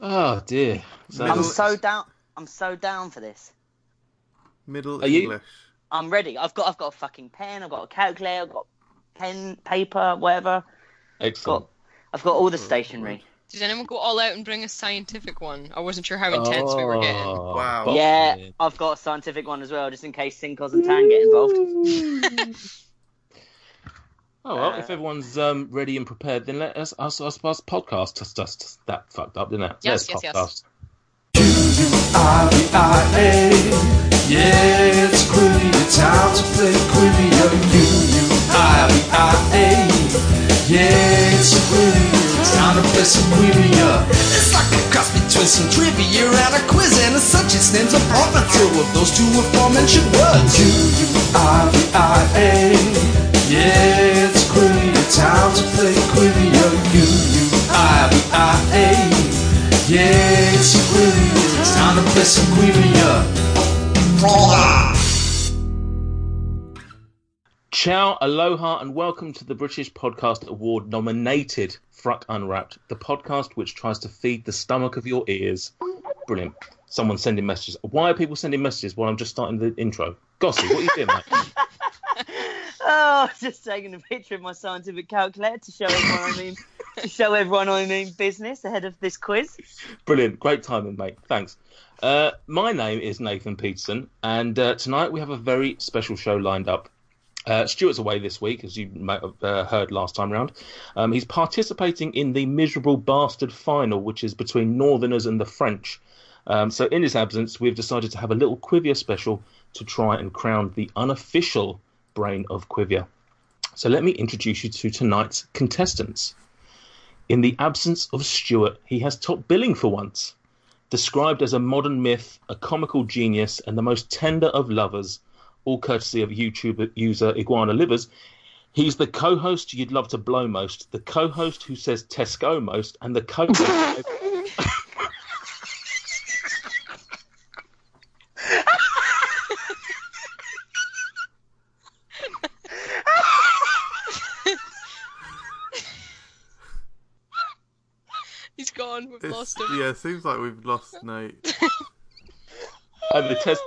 Oh dear. I'm So, Middle- so down. I'm so down for this. Middle Are you- English. I'm ready. I've got. I've got a fucking pen. I've got a calculator. I've got pen, paper, whatever. excellent. I've got all the stationery. Did anyone go all out and bring a scientific one? I wasn't sure how intense we were getting. Oh, Wow. but- Yeah, I've got a scientific one as well, just in case Sinkos and Tan get involved. Oh well, Uh, if everyone's um, ready and prepared, then let us us us, us podcast. Just, just that fucked up, didn't it? Yes, Let's yes, yes. podcast. R-E-I-A. Yeah, it's Quivia time to play Quivia. U U I V I A. Yeah, it's Quivia time to play some Quivia. It's like a cross between some trivia and a quiz, and as such, its name's a portmanteau of those two aforementioned words. U U I V I A. Yeah, it's Quivia time to play Quivia. U U I V I A. Yeah, it's Quivia time to play some Quivia. Ciao, aloha, and welcome to the British Podcast Award nominated Fruck Unwrapped, the podcast which tries to feed the stomach of your ears. Brilliant. Someone sending messages. Why are people sending messages while I'm just starting the intro? Gossy, what are you doing, mate? Oh, I've just taking a picture of my scientific calculator to show everyone I mean to show everyone I mean business ahead of this quiz. Brilliant. Great timing, mate. Thanks. Uh, my name is Nathan Peterson, and uh, tonight we have a very special show lined up. Uh, Stuart's away this week, as you might have uh, heard last time round. Um, he's participating in the miserable bastard final, which is between Northerners and the French. Um, so, in his absence, we've decided to have a little Quivia special to try and crown the unofficial brain of Quivia. So, let me introduce you to tonight's contestants. In the absence of Stuart, he has top billing for once. Described as a modern myth, a comical genius, and the most tender of lovers, all courtesy of YouTube user Iguana Livers, he's the co host you'd love to blow most, the co host who says Tesco most, and the co host. He's gone. We've It's, lost him. yeah, seems like we've lost Nate. and the test.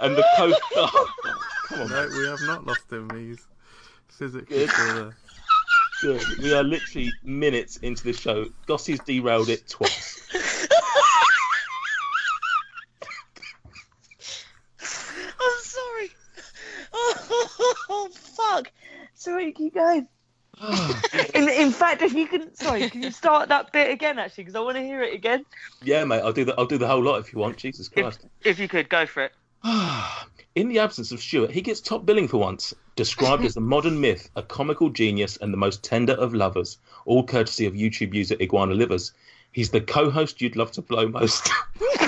And the co oh, Come on, No, we have not lost him. He's physically Good. still there. good. We are literally minutes into the show. Gossy's derailed it twice. I'm sorry. Oh, fuck. Sorry, keep going. In, in fact, if you can, sorry, can you start that bit again, actually, because I want to hear it again. yeah, mate, I'll do the I'll do the whole lot if you want. Jesus Christ. If you could, go for it. In the absence of Stewart, he gets top billing for once. Described as a modern myth, a comical genius, and the most tender of lovers, all courtesy of YouTube user Iguana Livers. He's the co-host you'd love to blow most.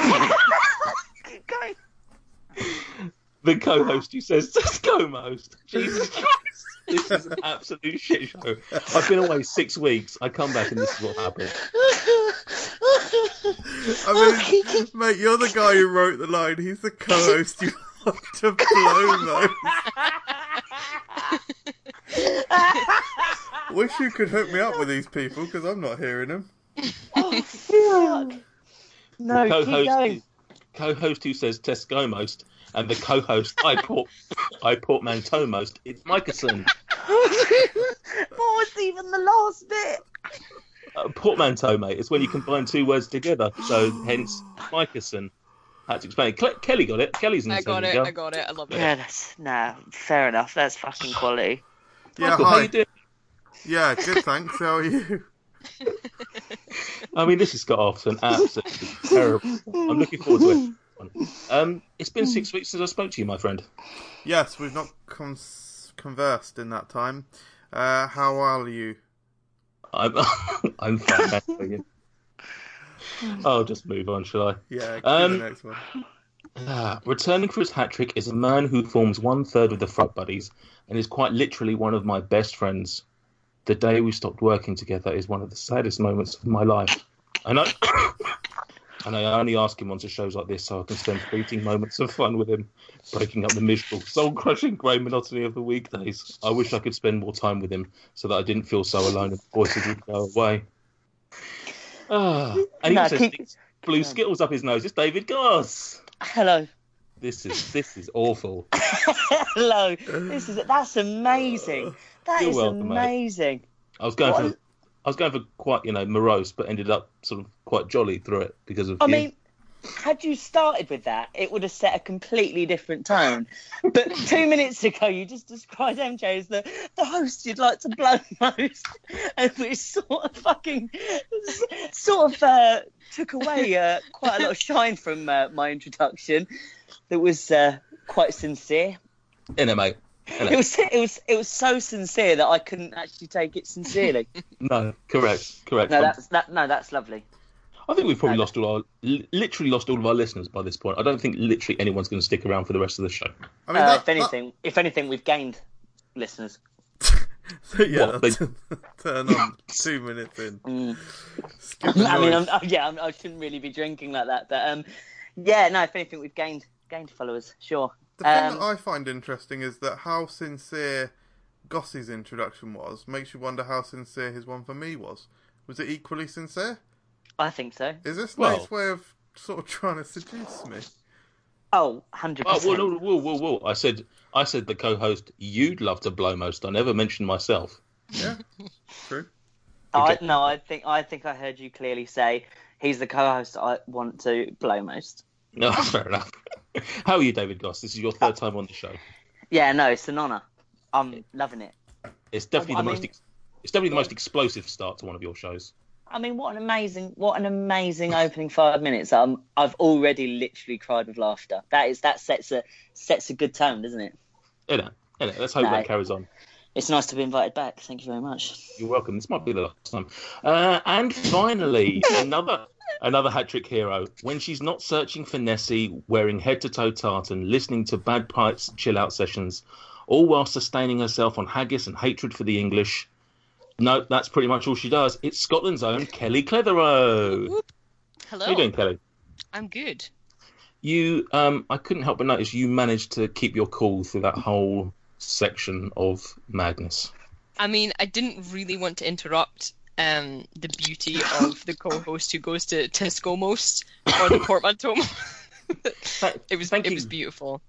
Keep going. the co-host who says Cisco most. Jesus Christ, this is an absolute shit show. I've been away six weeks. I come back and this is what happened. I mean, mate, you're the guy who wrote the line. He's the co-host. You have to blow though. Wish you could hook me up with these people because I'm not hearing them. oh, fuck. The No, keep going. co-host who says Tesco most, and the co-host I port I portmanteau most. It's Michelson. what was even the last bit? A Uh, portmanteau, mate. It's when you combine two words together. So hence Michelson. Had to explain. Cle- Kelly got it. Kelly's in the I got same it. girl. I got it. I love it. Yeah, that's nah. Fair enough. That's fucking quality. Yeah, Michael, how you hi. doing? Yeah, good. Thanks. How are you? I mean, this has got off to an absolutely terrible. I'm looking forward to it. Um, it's been six weeks since I spoke to you, my friend. Yes, we've not con conversed in that time. Uh, how are you? I'm I'm fine. thank you. I'll just move on, shall I? Yeah, give Um, the next one. Ah, returning for his hat trick is a man who forms one third of the Frog Buddies and is quite literally one of my best friends. The day we stopped working together is one of the saddest moments of my life. And I, and I only ask him onto shows like this so I can spend fleeting moments of fun with him, breaking up the miserable, soul crushing grey monotony of the weekdays. I wish I could spend more time with him so that I didn't feel so alone and voices would go away. Ah, and he Nah, says keep- things- blew Skittles up his nose. It's David Goss. Hello. This is this is awful. Hello. This is that's amazing. That is You're welcome, mate. amazing. I was going What? for I was going for quite you know morose, but ended up sort of quite jolly through it because of. I you. mean, had you started with that, it would have set a completely different tone. But two minutes ago, you just described MJ as the, the host you'd like to blow most, and which sort of fucking sort of uh, took away uh, quite a lot of shine from uh, my introduction. That was uh, quite sincere. in it, mate. It was it was it was so sincere that I couldn't actually take it sincerely. No, correct, correct. No, I'm- that's that. No, that's lovely. I think we've probably no. lost all our li- literally lost all of our listeners by this point. I don't think literally anyone's going to stick around for the rest of the show. I uh, that- if anything, if anything, we've gained listeners. that- yeah, What, that's turn on two minutes in. Mm. Skip the I mean, I'm, noise. oh, yeah, I'm, I shouldn't really be drinking like that, but um, yeah, no. If anything, we've gained gained followers, sure. The thing Um, that I find interesting is that how sincere Gossy's introduction was makes you wonder how sincere his one for me was. Was it equally sincere? I think so. Is this Well- Nate's way of sort of trying to seduce me? Oh, 100 Oh, whoa, percent. whoa, whoa, whoa, whoa! I said I said the co-host you'd love to blow most. I never mentioned myself. Yeah, true. I no, I think I think I heard you clearly say he's the co-host I want to blow most. No, fair enough. How are you, David Goss? This is your third time on the show. Yeah, no, it's an honour. I'm loving it. It's definitely I the most. mean- Ex- it's definitely the most explosive start to one of your shows. I mean, what an amazing, what an amazing opening five minutes. Um, I've already literally cried with laughter. That is that sets a sets a good tone, doesn't it? You know, you know, let's hope No. that carries on. It's nice to be invited back. Thank you very much. You're welcome. This might be the last time. Uh, and finally, another another hat trick hero. When she's not searching for Nessie, wearing head to toe tartan, listening to bagpipes chill out sessions, all while sustaining herself on haggis and hatred for the English. No, that's pretty much all she does. It's Scotland's own Kelly Clitheroe. Whoop. How you doing, Hello. Kelly? I'm good. You, um, I couldn't help but notice you managed to keep your cool through that whole section of madness. I mean, I didn't really want to interrupt um, the beauty of the co-host who goes to Tesco most or the portmanteau. Th- it was Thank it you. was beautiful.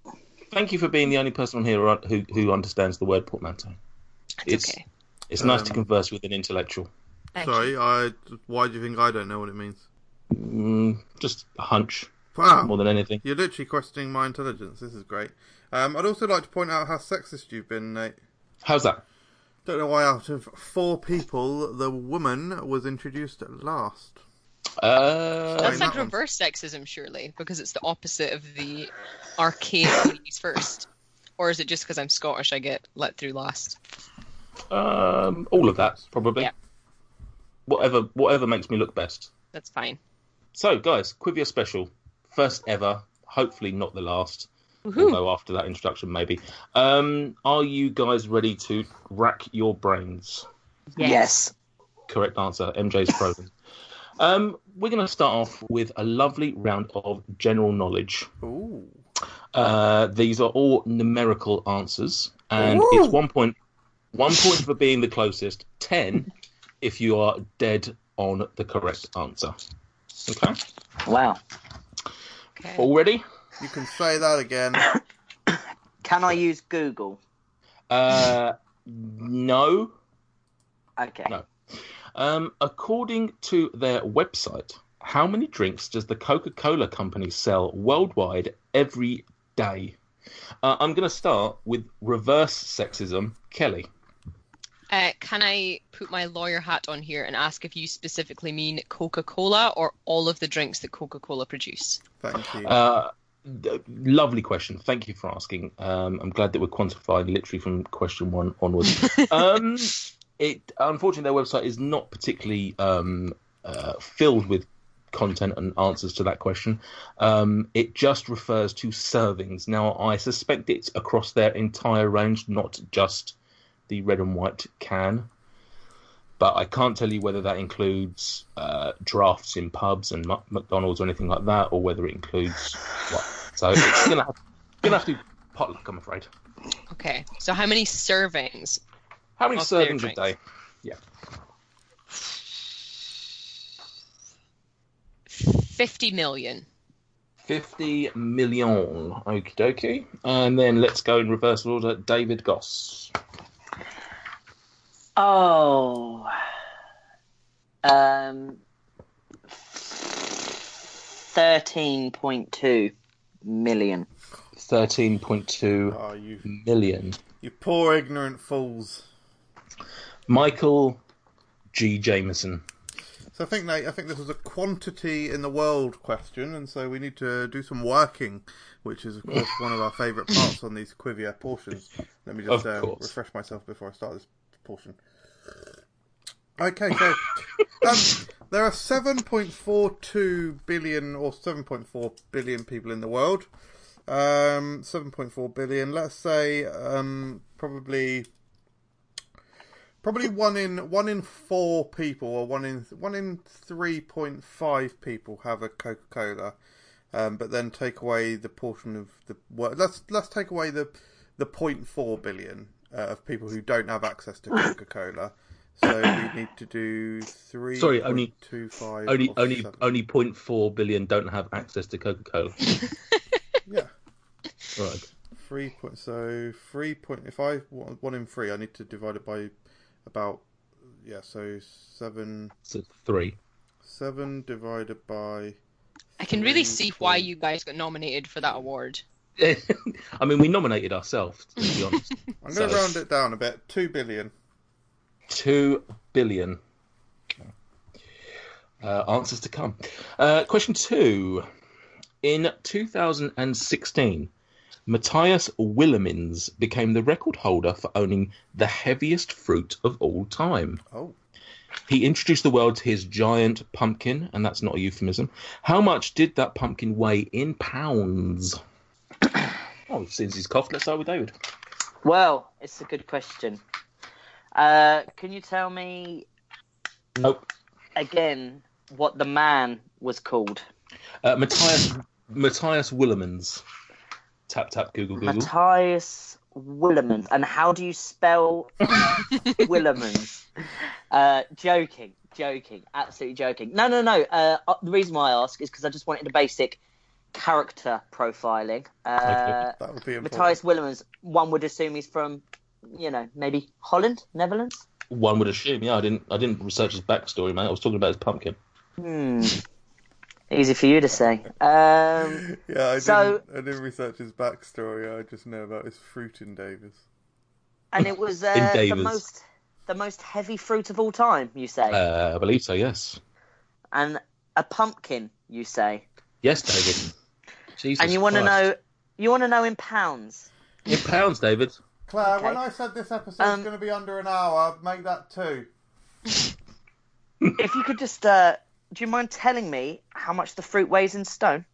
Thank you for being the only person on here who who understands the word portmanteau. It's, okay. It's nice to Um, converse with an intellectual. Thank you. Sorry, I. Why do you think I don't know what it means? Mm, just a hunch more Wow, than anything. you're literally questioning my intelligence. This is great. Um, I'd also like to point out how sexist you've been, Nate. How's that? Don't know why out of four people, the woman was introduced last. Uh, That's Sorry, like that one. reverse sexism, surely, because it's the opposite of the archaic ladies first. Or is it just because I'm Scottish I get let through last? um, all of that probably. Yeah. Whatever, whatever makes me look best. That's fine. So, guys, Quivia special, first ever. Hopefully, not the last. Woohoo. Although after that introduction, maybe. Um, are you guys ready to rack your brains? Yes. Correct answer. MJ's frozen. um, we're going to start off with a lovely round of general knowledge. Ooh. Uh, these are all numerical answers, and it's one point. One point for being the closest. Ten if you are dead on the correct answer. Okay. Wow. Okay. All ready? You can say that again. Can I use Google? Uh, no. Okay. No. Um, according to their website, how many drinks does the Coca Cola company sell worldwide every day? Uh, I'm going to start with reverse sexism. Kelly. Uh, can I put my lawyer hat on here and ask if you specifically mean Coca Cola or all of the drinks that Coca Cola produce? Thank you. Uh, th- lovely question. Thank you for asking. Um, I'm glad that we're quantified literally from question one onwards. um, it unfortunately their website is not particularly um, uh, filled with content and answers to that question. Um, it just refers to servings. Now I suspect it's across their entire range, not just the red and white can. But I can't tell you whether that includes uh, drafts in pubs and Mac- McDonald's or anything like that, or whether it includes what. So it's gonna have, gonna have to be potluck, I'm afraid. Okay. So how many servings? How many Of their servings a drinks. day? 50. 50 million. 50 million. Okie dokie. And then let's go in reverse order. David Goss. Oh. Um. Thirteen point two million. 13.2 Oh, you, million. you poor ignorant fools. Michael G. Jameson. So I think Nate, I think this was a quantity in the world question, and so we need to do some working, which is of course one of our favourite parts on these Quivia portions. Let me just Of uh, course. refresh myself before I start this portion. Okay, so um, there are 7.42 billion or 7.4 billion people in the world. Um, 7.4 billion. Let's say um, probably probably one in one in four people or one in one in three point five people have a Coca Cola, um, but then take away the portion of the well, let's let's take away the the point four billion uh, of people who don't have access to Coca Cola. So we need to do three. Sorry, only- two five. Only of only seven. only 0.4 billion don't have access to Coca Cola. yeah. Right. Three point so three point if I one one in three I need to divide it by about yeah so seven So three. seven divided by I can really Three, see why four. you guys got nominated for that award. I mean, we nominated ourselves, to be honest. I'm going to So- round it down a bit. Two billion. Two billion. Uh, answers to come. Uh, question two. In 2016, Matthias Willemins became the record holder for owning the heaviest fruit of all time. Oh, He introduced the world to his giant pumpkin, and that's not a euphemism. How much did that pumpkin weigh in pounds? oh, since he's coughed, let's start with David. Well, it's a good question. Uh, can you tell me Nope. again what the man was called? Uh, Matthias Matthias Willemans. Tap tap Google Google. Matthias Willemans. And how do you spell Willemans? Uh, joking, joking, absolutely joking. No, no, no. Uh, uh, the reason why I ask is because I just wanted a basic character profiling. Uh, that would be important. Matthias Willemans, one would assume he's from, you know, maybe Holland, Netherlands? One would assume. Yeah, I didn't. I didn't research his backstory, mate. I was talking about his pumpkin. Hmm. Easy for you to say. Um, Yeah, I didn't, So- I didn't research his backstory. I just know about his fruit in Davis. and it was In uh, the Davis. most the most heavy fruit of all time, you say, Uh, I believe so. Yes. and a pumpkin, you say, Yes, David. Jesus. and you want to Christ. know you want to know in pounds. in pounds, David? Claire, Okay. when I said this episode's Um, gonna to be under an hour, make that two. if you could just, uh, do you mind telling me how much the fruit weighs in stone?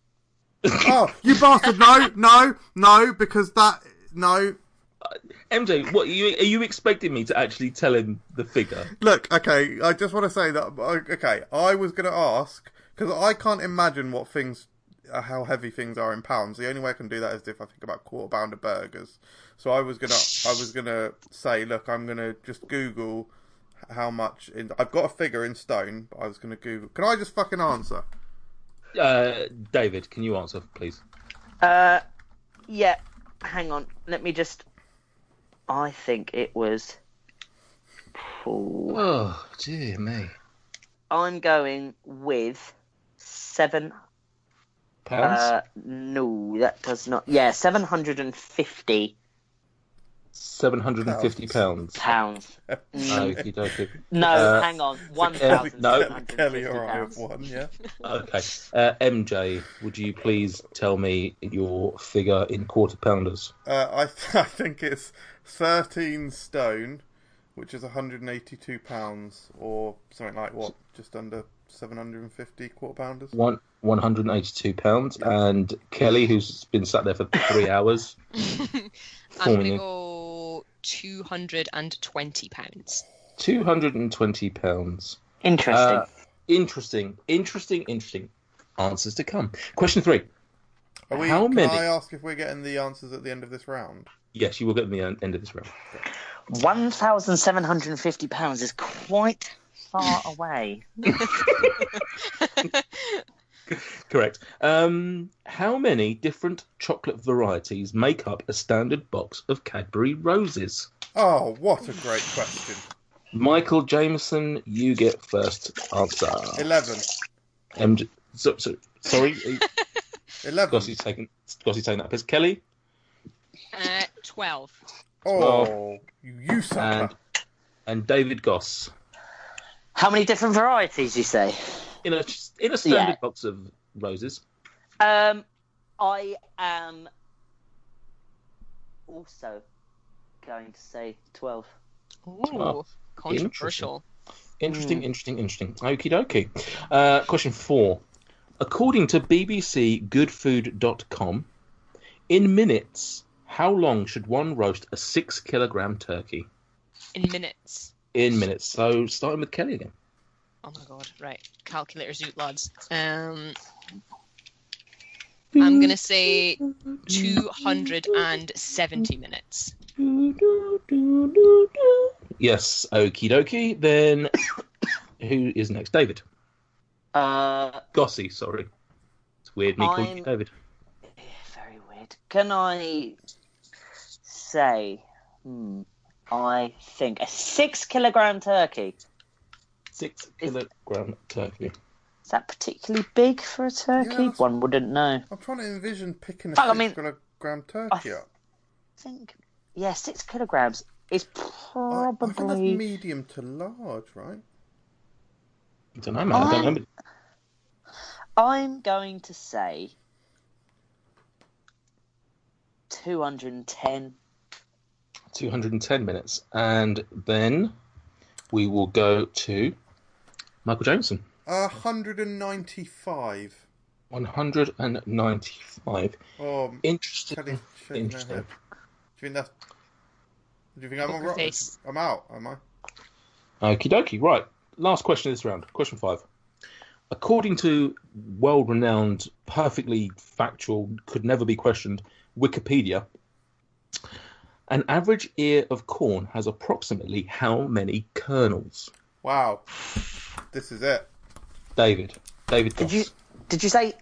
Oh, you bastard! No, no, no, because that no. MJ, what are you, are you expecting me to actually tell him the figure? Look, okay, I just want to say that. uh, Okay, I was going to ask because I can't imagine what things, uh, how heavy things are in pounds. The only way I can do that is if I think about quarter pounder burgers. So I was gonna, I was gonna say, look, I'm gonna just Google how much. In, I've got a figure in stone, but I was gonna Google. Can I just fucking answer? Uh, David, can you answer, please? Uh, yeah. Hang on. Let me just. I think it was. Oh, Oh, dear me. I'm going with seven. Pounds? Uh, no, that does not. Yeah, seven hundred and fifty 750 pounds. pounds. Mm. Okie dokie. No, Uh, hang on. Kelly- no. 1,750 Kelly, or I have pounds. one. Yeah. Okay. Uh, MJ, would you please tell me your figure in quarter pounders? Uh, I, th- I think it's 13 stone, which is 182 pounds, or something like what, just under 750 quarter pounders. One. 182 pounds and Kelly who's been sat there for 3 hours I'm going Formula. to go 220 pounds. 220 pounds Interesting. Uh, interesting interesting interesting answers to come question 3 Are we, how can many- I ask if we're getting the answers at the end of this round? yes you will get the en- end of this round One thousand seven hundred and fifty pounds is quite far away. Correct. Um, how many different chocolate varieties make up a standard box of Cadbury roses? Oh, what a great question. Michael Jameson, you get first answer. 11. MJ, so, so, sorry, of 11. course he's taking, of course he's taking that piss. Kelly Uh, 12. Oh, you, you sucker. and and David Goss How many different varieties you say? in a in a standard Yeah. box of roses. Um, I am also going to say twelve. Ooh, controversial. Hmm. Interesting, interesting, interesting. Okie dokie. Uh, question four. According to BBCGoodFood.com, in minutes, how long should one roast a six kilogram turkey? In minutes. In minutes. So starting with Kelly again. Oh my god, right. Calculators out, lads. Um, I'm going to say 270 minutes. Yes, okie dokie. Then who is next? David. Uh, Gossy, sorry. It's weird me calling you I'm- David. yeah, very weird. Can I say? Hmm, I think a six kilogram turkey. Six kilogram turkey. Is that particularly big for a turkey? that's- One wouldn't know. I'm trying to envision picking a Fuck, I 6 mean- kilogram turkey I- up. I think yeah, six kilograms is I, I think that's probably. medium to large, right? I don't know, man. I don't I'm- know. I'm going to say 210. 210 minutes. And then we will go to Michael Jameson. A 195. 195. Oh, Interesting. Kelly, shaking her head. Do Interesting. you think that's. Do you think I'm Poker all right? face. I'm out, am I? Okie dokie. Right. Last question of this round. Question five. According to world renowned, perfectly factual, could never be questioned Wikipedia, an average ear of corn has approximately how many kernels? Wow. This is it. David. David Did you Goss. did you say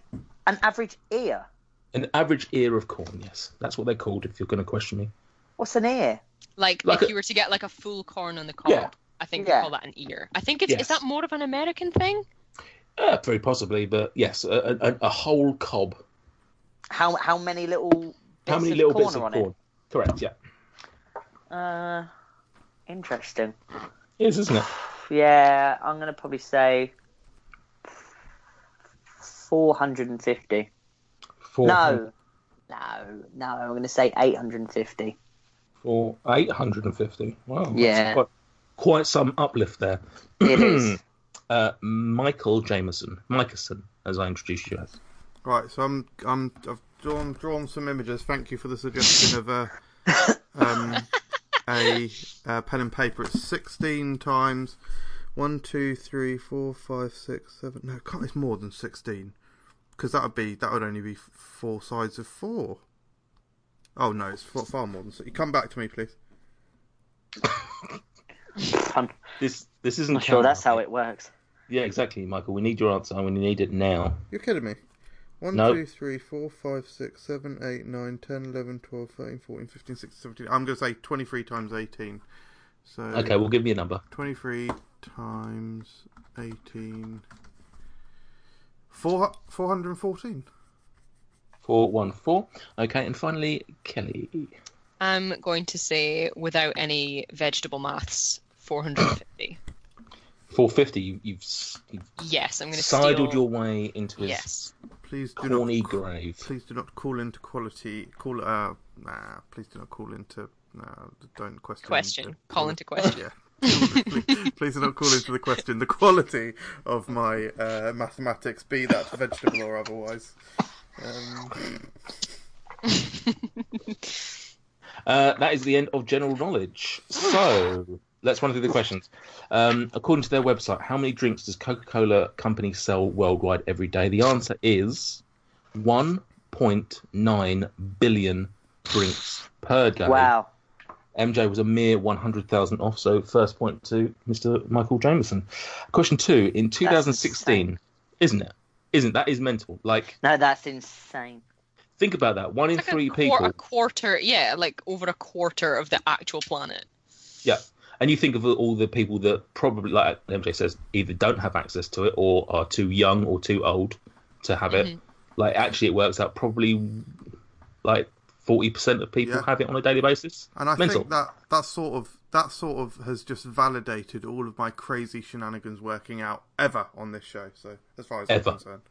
an average ear? An average ear of corn, yes. That's what they're called if you're going to question me. What's an ear? Like, Like if a- you were to get like a full corn on the cob, Yeah. I think Yeah. they call that an ear. I think it's Yes. is that more of an American thing? Uh, very possibly, but yes, a, a, a whole cob. How how many little bits How many of little corn bits are of on corn? Correct, yeah. it? Uh, interesting. It is, isn't it? Yeah, I'm gonna probably say 450. Four, No, no, no. I'm gonna say 850. Four, 850. Wow. that's Yeah. Quite, quite some uplift there. It is. Uh, Michael Jameson. Michelson, as I introduced you as. Right, so I'm I'm I've drawn drawn some images. Thank you for the suggestion of a um, a uh, pen and paper. It's sixteen times one, two, three, four, five, six, seven. No, can't. It's more than sixteen because that would be that would only be f- four sides of four. Oh no, it's far, far more than. You come back to me, please. I'm This this isn't not sure that's how it works. Yeah, exactly, Michael. We need your answer and we need it now. You're kidding me. One, No. two, three, four, five, six, seven, eight, nine, 10, 11, 12, 13, 14, 15, 16, 17. I'm going to say 23 times 18. So Okay, well, give me a number. 23 times 18. Four, 414. 414. Okay, and finally, Kelly. I'm going to say without any vegetable maths, 450. 450. You, you've, s- you've yes, I'm going to sidled steal. your way into his Yes. Please do corny not. grave. Please do not call into quality. Call. Uh, nah. Please do not call into. Nah. Don't question. Question. the- Call into question. Yeah. please, please do not call into the question the quality of my uh, mathematics, be that vegetable or otherwise. Um, Uh, that is the end of general knowledge. So let's run through the questions. Um, according to their website, how many drinks does Coca Cola Company sell worldwide every day? The answer is 1.9 billion drinks per day. Wow. MJ was a mere 100,000 off, so first point to Mr. Michael Jameson. Question two In 2016, isn't it? isn't that is mental. Like No, that's insane. think about that. One in It's like three a, quar- people. a quarter, yeah, like over a quarter of the actual planet. Yeah. And you think of all the people that probably, like MJ says, either don't have access to it or are too young or too old to have Mm-hmm. it. Like, actually, it works out probably like 40% of people Yeah. have it on a daily basis. And I Mental. think that that sort of that sort of has just validated all of my crazy shenanigans working out ever on this show. So as far as Ever. I'm concerned,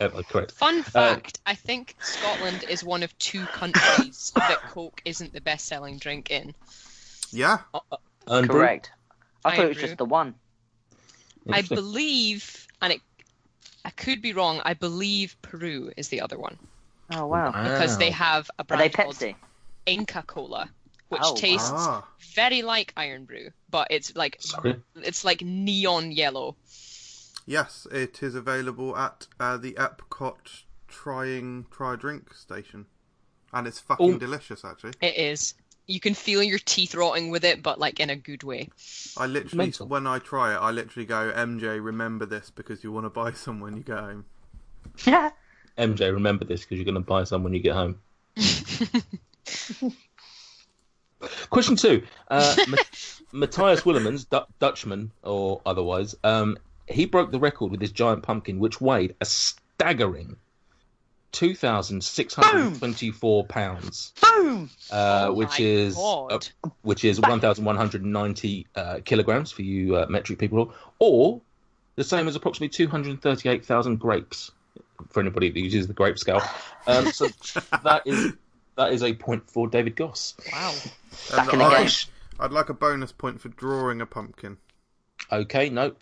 Ever, correct. Uh, Fun fact: I think Scotland is one of two countries that Coke isn't the best-selling drink in. yeah, And Bru- Correct. I, I thought it was agree. just the one. I Interesting. believe, and it, I could be wrong. I believe Peru is the other one Oh wow. because they Wow. have a Are brand they called Pepsi? Inca Cola, which Oh, tastes ah, very like Iron Brew, but it's like Sorry. it's like neon yellow. yes, it is available at uh, the Epcot trying try drink station, and it's fucking Oh. delicious. Actually, It is. You can feel your teeth rotting with it, but like in a good way. I literally Mental. when I try it, I literally go, MJ, remember this because you want to buy some when you go home. Yeah. MJ, remember this because you're going to buy some when you get home. Question two. Uh, Ma- Matthias Willemans, Du- Dutchman or otherwise, um, he broke the record with his giant pumpkin, which weighed a staggering 2,624 pounds, Boom. uh, Oh which my is God. uh, which is 1,190 uh, kilograms for you uh, metric people, or the same as approximately 238,000 grapes for anybody that uses the grape scale. Um, so that is that is a point for David Goss. Wow. Back in the I, game. I'd like a bonus point for drawing a pumpkin. Okay, no.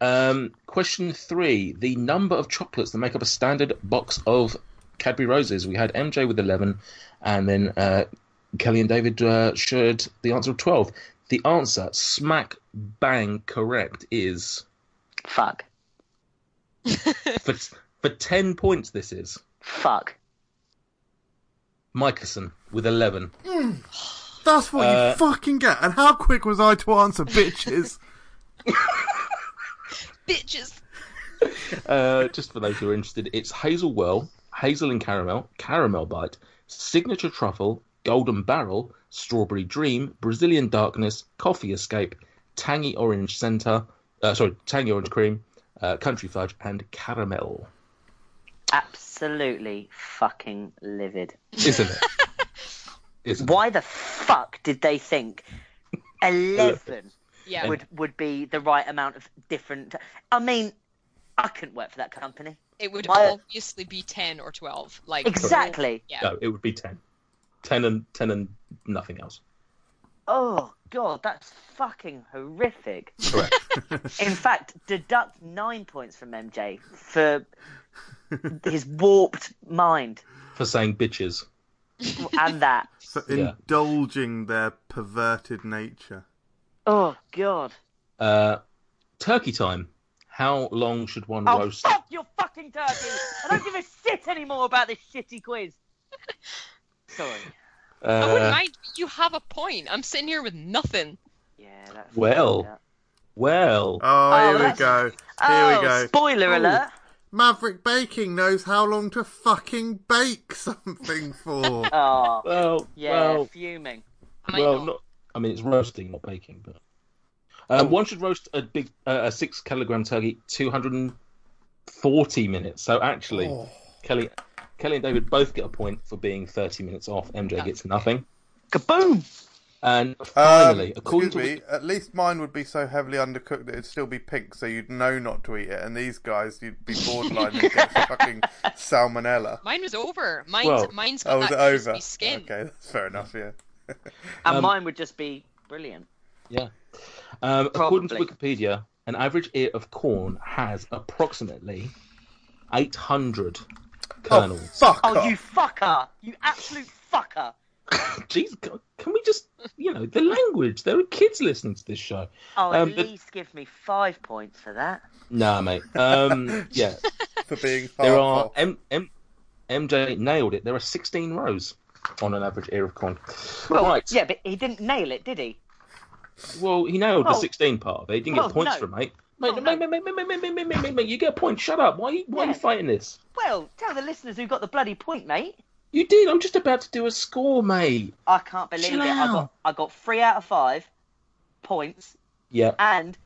Um, question three: the number of chocolates that make up a standard box of Cadbury roses. We had MJ with eleven, and then uh, Kelly and David uh, shared the answer of twelve. The answer, smack bang correct, is Fuck. for for ten points. This is Fuck. Michelson with eleven. That's what Uh, you fucking get. And how quick was I to answer, bitches? Bitches. Uh, just for those who are interested, it's hazel whirl, hazel and caramel, caramel bite, signature truffle, golden barrel, strawberry dream, Brazilian darkness, coffee escape, tangy orange center, uh, sorry, tangy orange cream, uh, country fudge, and caramel. Absolutely fucking livid. Isn't it? Isn't Why the fuck did they think eleven Yeah. would would be the right amount of different? I mean, I couldn't work for that company. It would My- obviously be ten or twelve. Like Exactly. it? Yeah. No, it would be ten. Ten and ten and nothing else. Oh god, that's fucking horrific. Correct. In fact, deduct nine points from MJ for his warped mind for saying bitches. and that. For Yeah. indulging their perverted nature. Oh god. Uh, turkey time. How long should one Oh roast? Uh, fuck your fucking turkey! I don't give a shit anymore about this shitty quiz. Sorry. I Oh, wouldn't Uh, mind. You have a point. I'm sitting here with nothing. Yeah. That's Well, well, Oh, Oh, here that's- we go. oh, Here we go. Spoiler Ooh. alert. Maverick Baking knows how long to fucking bake something for. Oh, well, yeah, well. fuming. I might well, not. not. I mean, it's roasting, not baking. But um, one should roast a big, uh, a six kilogram turkey, two hundred and forty minutes. So actually, Oh. Kelly, Kelly and David both get a point for being thirty minutes off. MJ gets Oh. nothing. Kaboom! And finally, according to Um, excuse me, at least mine would be so heavily undercooked that it'd still be pink, so you'd know not to eat it. And these guys, you'd be borderline and get fucking salmonella. Mine was over. Mine's Well, mine's got Oh, was that it over? crispy skin. Okay, that's fair enough. Yeah. And Um, mine would just be brilliant. yeah, um, according to Probably. Wikipedia, an average ear of corn has approximately eight hundred Oh, kernels. fuck Oh, off. you fucker! You absolute fucker! Jeez, can can we just, you know, the language? There are kids listening to this show. Oh, at Um, but- least give me five points for that. Nah, mate. Um, yeah, for being There are harmful. M, M, MJ nailed it. There are 16 rows on an average ear of corn. right. Yeah, but he didn't nail it, did he? Well, he nailed the Well- 16 part of it. He didn't well, get points no. from it, Mate, Oh, Oh. no, no. mate, mate, mate, mate, mate, mate, mate, mate, mate, mate, you get a point. Shut up. Why are you, why are you Yeah. fighting this? Well, tell the listeners who got the bloody point, mate. You did. I'm just about to do a score, mate. I can't believe Chill it. I out. got I got three out of five points, Yeah. and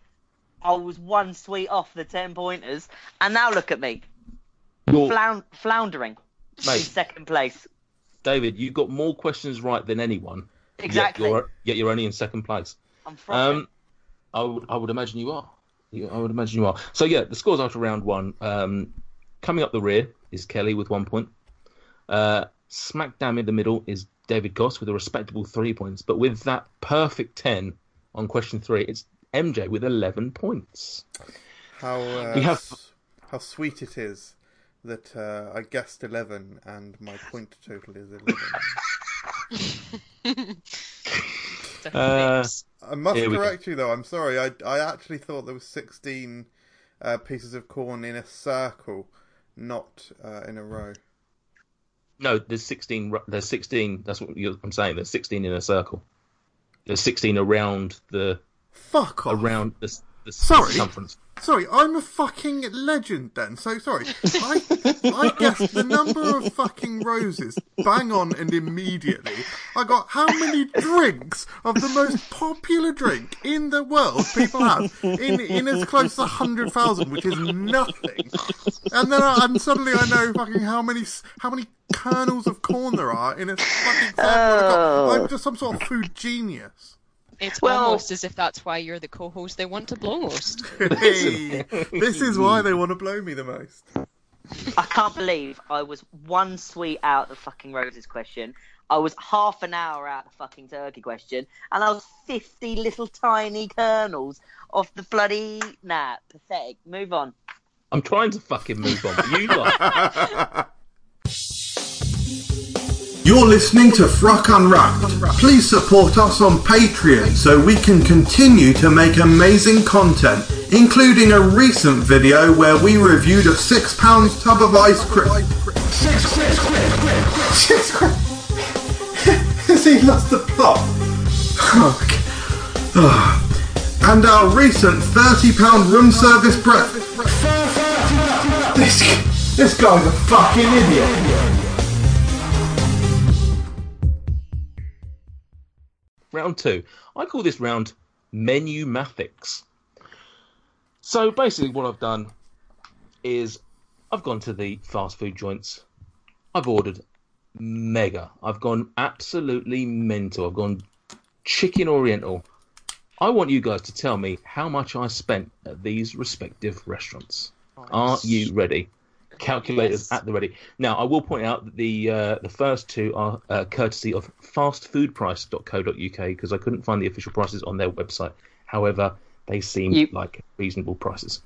I was one sweet off the ten pointers. And now look at me, You're, flound- floundering in mate, second place. David, you got more questions right than anyone. yet Exactly. you're- Yet you're only in second place. I'm from. Um, I would, I would imagine you are. You, I would imagine you are. So yeah, the scores after round one. Um, coming up the rear is Kelly with one point. Uh, smack dam in the middle is David Goss with a respectable three points. But with that perfect ten on question three, it's MJ with eleven points. How uh, We have- s- how sweet it is that uh, I guessed eleven and my point total is eleven. Different Uh, things. I must Here we go. correct you though. I'm sorry. I I actually thought there was sixteen uh, pieces of corn in a circle, not uh, in a row. No, there's sixteen. ru- There's sixteen. That's what you're, I'm saying. There's sixteen in a circle. There's sixteen around the Fuck off. around the, s- the s- Sorry? circumference. Sorry, I'm a fucking legend then. So sorry. I, I guessed the number of fucking roses bang on and immediately. I got how many drinks of the most popular drink in the world people have in, in as close to 100,000, which is nothing. And then I, and suddenly I know fucking how many s- how many kernels of corn there are in a fucking circle. I got- I'm just some sort of food genius. It's Well- almost as if that's why you're the co-host they want to blow most. Hey, this is why they want to blow me the most. I can't believe I was one sweet out the fucking roses question. I was half an hour out the fucking turkey question, and I was fifty little tiny kernels of the bloody nah pathetic. Move on. I'm trying to fucking move on. But you lot. You're listening to Frock Unwrapped. Please support us on Patreon so we can continue to make amazing content, including a recent video where we reviewed a £6 tub of ice cream. Six quid! Has he lost the plot? Fuck. Ah. And our recent £30 room service breakfast. This, this guy's a fucking idiot. round two. I call this round menu mathics. So basically, what I've done is I've gone to the fast food joints. I've ordered mega. I've gone absolutely mental. I've gone chicken oriental. I want you guys to tell me how much I spent at these respective restaurants. Are you ready? Calculators Yes. at the ready. Now, I will point out that the uh, the first two are uh, courtesy of fastfoodprice.co.uk because I couldn't find the official prices on their website. However, they seem You- like reasonable prices.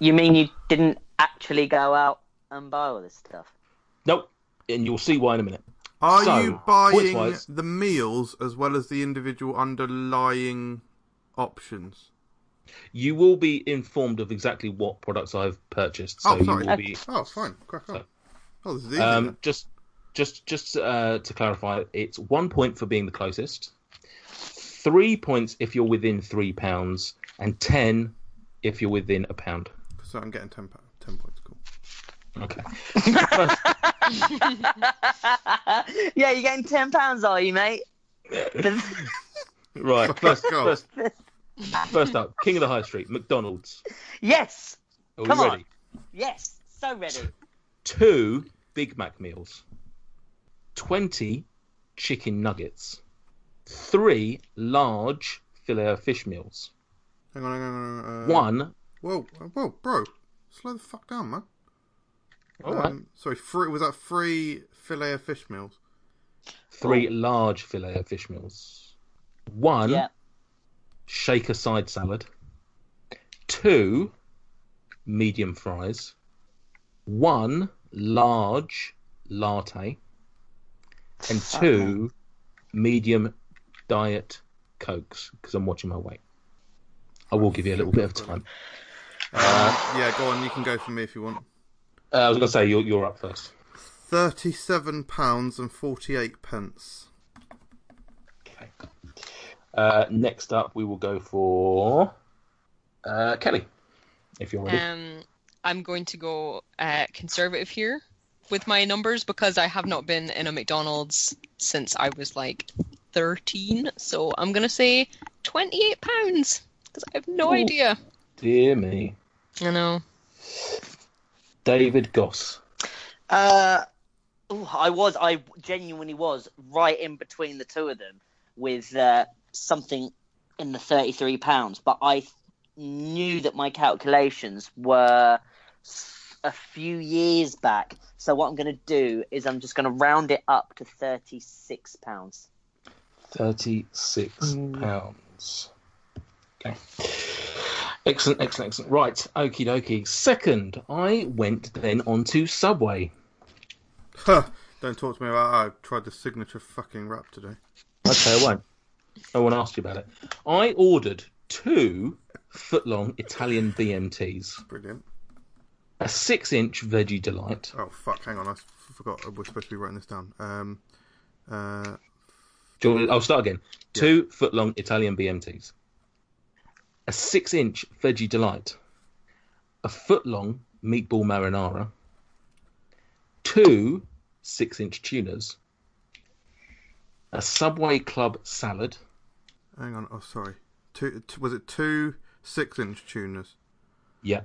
You mean you didn't actually go out and buy all this stuff? Nope, and you'll see why in a minute. Are So, you buying points-wise- the meals as well as the individual underlying options? You will be informed of exactly what products I've purchased. So Oh, you sorry. will be Oh, fine. Crack on. Oh, this is easy. Um, then. just, just, just uh, to clarify, it's one point for being the closest, three points if you're within three pounds, and ten if you're within a pound. so I'm getting 10, po- 10 points. Cool. Okay. yeah, you're getting ten pounds, are you, mate? Right. First, Go. first, first up, King of the High Street, McDonald's. yes, Are Come we on. ready? yes, so ready. Two Big Mac meals, twenty chicken nuggets, three large filet of fish meals, Hang on, hang on. Hang on, uh, one. Whoa, whoa, bro. Slow the fuck down, man. oh, Um, All right. sorry, free, was that free filet of fish meals? three oh. large filet of fish meals, one Yeah. shaker side salad, two medium fries, one large latte, and two medium diet cokes because I'm watching my weight. I will give you a little bit of time. Uh, yeah, go on. You can go for me if you want. Uh, I was going to say you're, you're up first. Thirty-seven pounds and forty-eight pence. Okay. Uh, next up, we will go for Uh, Kelly, if you're ready. Um, I'm going to go uh, conservative here with my numbers because I have not been in a McDonald's since I was like 13. So I'm going to say 28 pounds because I have no Ooh. idea. Dear me. I know. David Goss. Uh, ooh, I was, I genuinely was right in between the two of them with uh, something in the thirty-three pounds, but I th- knew that my calculations were s- a few years back. So what I'm going to do is I'm just going to round it up to thirty-six pounds. 36 pounds. Okay. Excellent, excellent, excellent. Right, okie dokie. Second, I went then on to Subway. Huh. Don't talk to me about I tried the signature fucking rap today. Okay, I won't. I won't ask you about it. I ordered two footlong Italian BMTs, Brilliant. a six inch veggie delight, Oh fuck! Hang on, I s- forgot we're supposed to be writing this down. Um, uh, Do you want me- I'll start again. Two foot long Italian BMTs, a six inch veggie delight, a foot long meatball marinara, two six inch tunas, a Subway Club salad, hang on. Oh, sorry. Two, t- was it two six-inch tuners? yeah,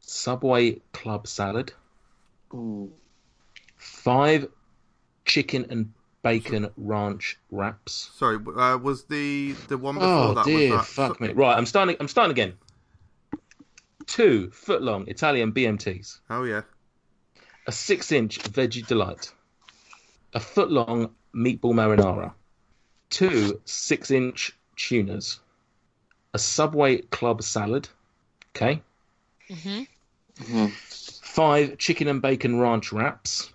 Subway Club salad, Ooh. five chicken and bacon ranch wraps. Sorry, w- uh, was the the one before Oh that? dear, was that, fuck me. Right, I'm starting. I'm starting again. Two foot long Italian BMTs. Oh yeah. a six inch veggie delight, a foot long meatball marinara, two six inch tunas, a Subway club salad, okay, hmm five chicken and bacon ranch wraps,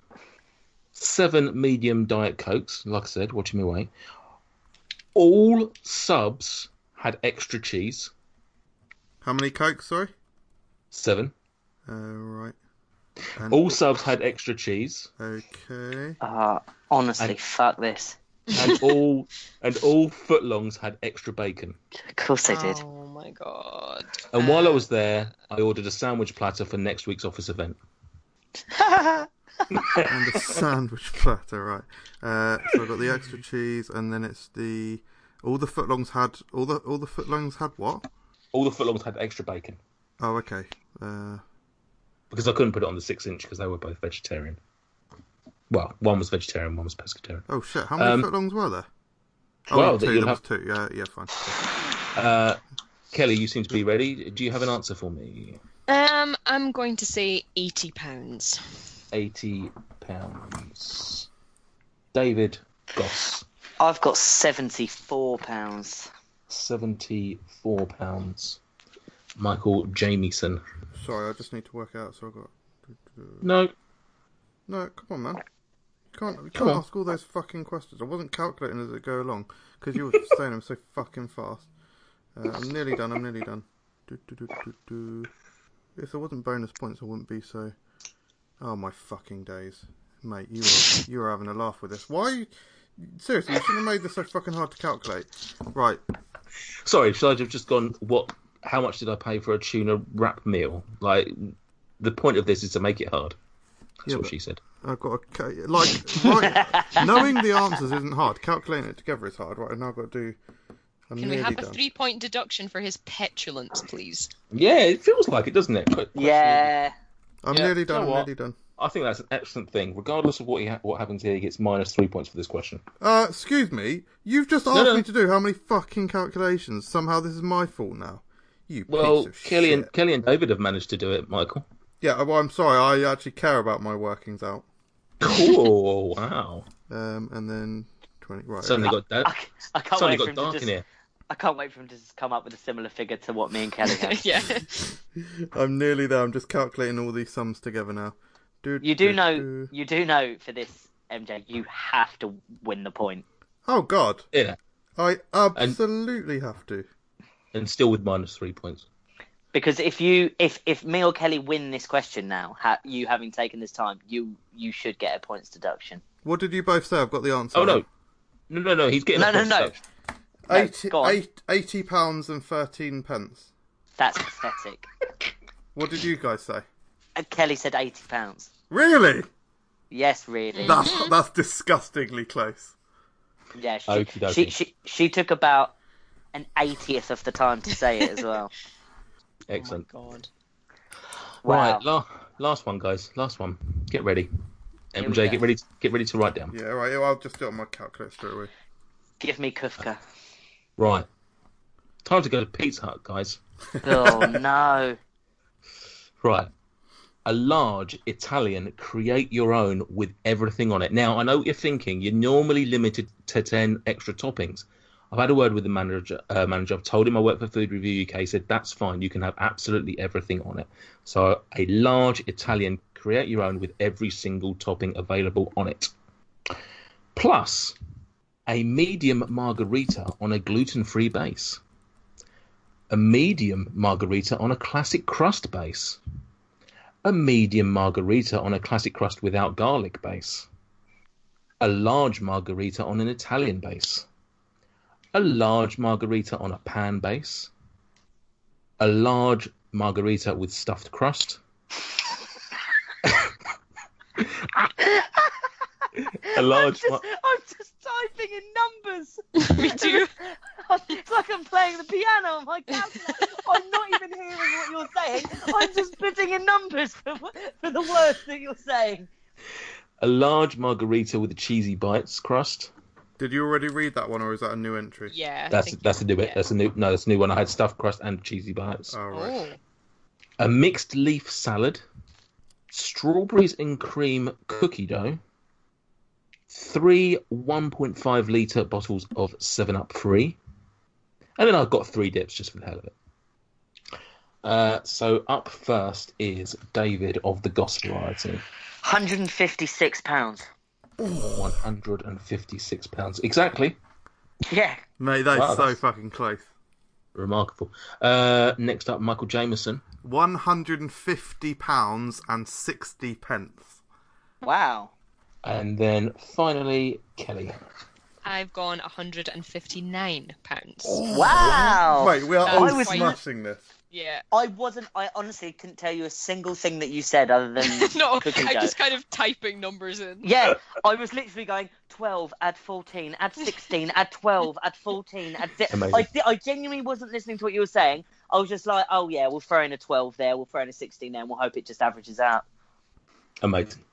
seven medium diet cokes, like I said, watching me away. All subs had extra cheese, How many cokes? Sorry. seven. Uh, right. And, All subs had extra cheese, Okay. Ah. Uh, honestly, And- fuck this. and all and all footlongs had extra bacon. Of course they did. Oh my god. And while I was there, I ordered a sandwich platter for next week's office event. And the sandwich platter. Right. Uh, so I got the extra cheese, and then it's the all the footlongs had all the all the footlongs had what? All the footlongs had extra bacon Oh, okay. Uh, because I couldn't put it on the six inch because they were both vegetarian. Well, one was vegetarian, one was pescatarian. oh shit! How many Um, footlongs were there? Oh, well, two. you'll There was have- two. Yeah, yeah, fine. Uh, Kelly, you seem to be ready. Do you have an answer for me? Um, I'm going to say 80 pounds. Eighty pounds. David Goss, I've got seventy-four pounds. seventy-four pounds. Michael Jamieson. Sorry, I just need to work out. So I have got No, no. Come on, man. You can't you Come can't on. ask all those fucking questions. I wasn't calculating as it go along because you were saying them so fucking fast. Uh, I'm nearly done. I'm nearly done. Do, do, do, do, do. If there wasn't bonus points, I wouldn't be so. Oh my fucking days, mate! You are you are having a laugh with this. Why? Are you... Seriously, you shouldn't have made this so fucking hard to calculate. Right. Sorry, should I have just gone? What? How much did I pay for a tuna wrap meal? Like, the point of this is to make it hard. That's Yeah, what but- she said. I've got a ca- like right, knowing the answers isn't hard. Calculating it together is hard, right? And now I've got to do. I'm Can we nearly have a done. three point deduction for his petulance, please? Yeah, it feels like it, doesn't it? But Yeah. I'm Yeah, nearly you know done. I'm what? nearly done. I think that's an excellent thing. Regardless of what he ha- what happens here, he gets minus three points for this question. Uh, excuse me. You've just asked no. me to do how many fucking calculations? Somehow this is my fault now. You Well, piece of Kelly shit. and Kelly and David have managed to do it, Michael. Yeah, well, I'm sorry. I actually care about my workings out. Cool. wow. Um, and then twenty. Right. Suddenly got da- I, I can't suddenly wait for got him to dark just, in here. I can't wait for him to just come up with a similar figure to what me and Kelly had. yeah. I'm nearly there. I'm just calculating all these sums together now. Do, You do know, do. you do know for this MJ, you have to win the point. Oh God, Yeah, I absolutely have to. and still with minus three points. Because if you, if if me or Kelly win this question now, ha, you having taken this time, you you should get a points deduction. What did you both say? I've got the answer. Oh no, no, no, no. He's getting No, a no, point no. deduction. No, 80, go on. eight- 80 pounds and 13 pence. That's pathetic. What did you guys say? And Kelly said eighty pounds. Really? Yes, really. That's that's disgustingly close. Yeah, she, Okie dokie. she she she took about an eightieth of the time to say it as well. Excellent. God. Wow. Right, la- last one, guys. Last one. Get ready. we MJ, go. get ready. get ready to write down. Yeah, all right. I'll just do it on my calculator straight away. Give me Kufka. Right. Time to go to Pizza Hut, guys. Oh no. Right. A large Italian create your own with everything on it. Now, I know what you're thinking. You're normally limited to 10 extra toppings. I've had a word with the manager. Uh, manager. I've told him I work for Food Review UK. He said, that's fine. You can have absolutely everything on it. So, a large Italian create your own with every single topping available on it. Plus, a medium margarita on a gluten free base. A medium margarita on a classic crust base a medium margarita on a classic crust without garlic base, a large margarita on an Italian base, a large margarita on a pan base, a large margarita with stuffed crust, a large. I'm ma- just, I'm just typing in numbers. Me too. it's like I'm playing the piano on my calculator. I'm not even hearing what you're saying. I'm just putting in numbers for, for the words that you're saying. a large margarita with a cheesy bites crust. Did you already read that one, or is that a new entry? Yeah. I That's think that's a you- new bit. yeah. That's a new no. That's a new one. I had stuffed crust and cheesy bites. All right. Oh. a mixed leaf salad, strawberries and cream cookie dough, three 1.5 litre bottles of 7 Up Free, and then I've got three dips just for the hell of it. Uh, so up first is David of the Gospel Variety, 156 pounds. £156. Exactly. Yeah. Mate, that is Wow, so that's- fucking close. Remarkable. Uh, next up, Michael Jameson. One hundred and fifty pounds and sixty pence. Wow. And then finally, Kelly. I've gone 159 pounds. Oh. Wow. Wait, we are That all was quite- smashing this. Yeah. I wasn't. I honestly couldn't tell you a single thing that you said other than no, cookie I'm dough. just kind of typing numbers in. Yeah, I was literally going 12, add 14, add 16, add 12, add 14, add. Di- Amazing. I, I genuinely wasn't listening to what you were saying. I was just like, oh yeah, we'll throw in a 12 there, we'll throw in a 16 there, and we'll hope it just averages out. Amazing.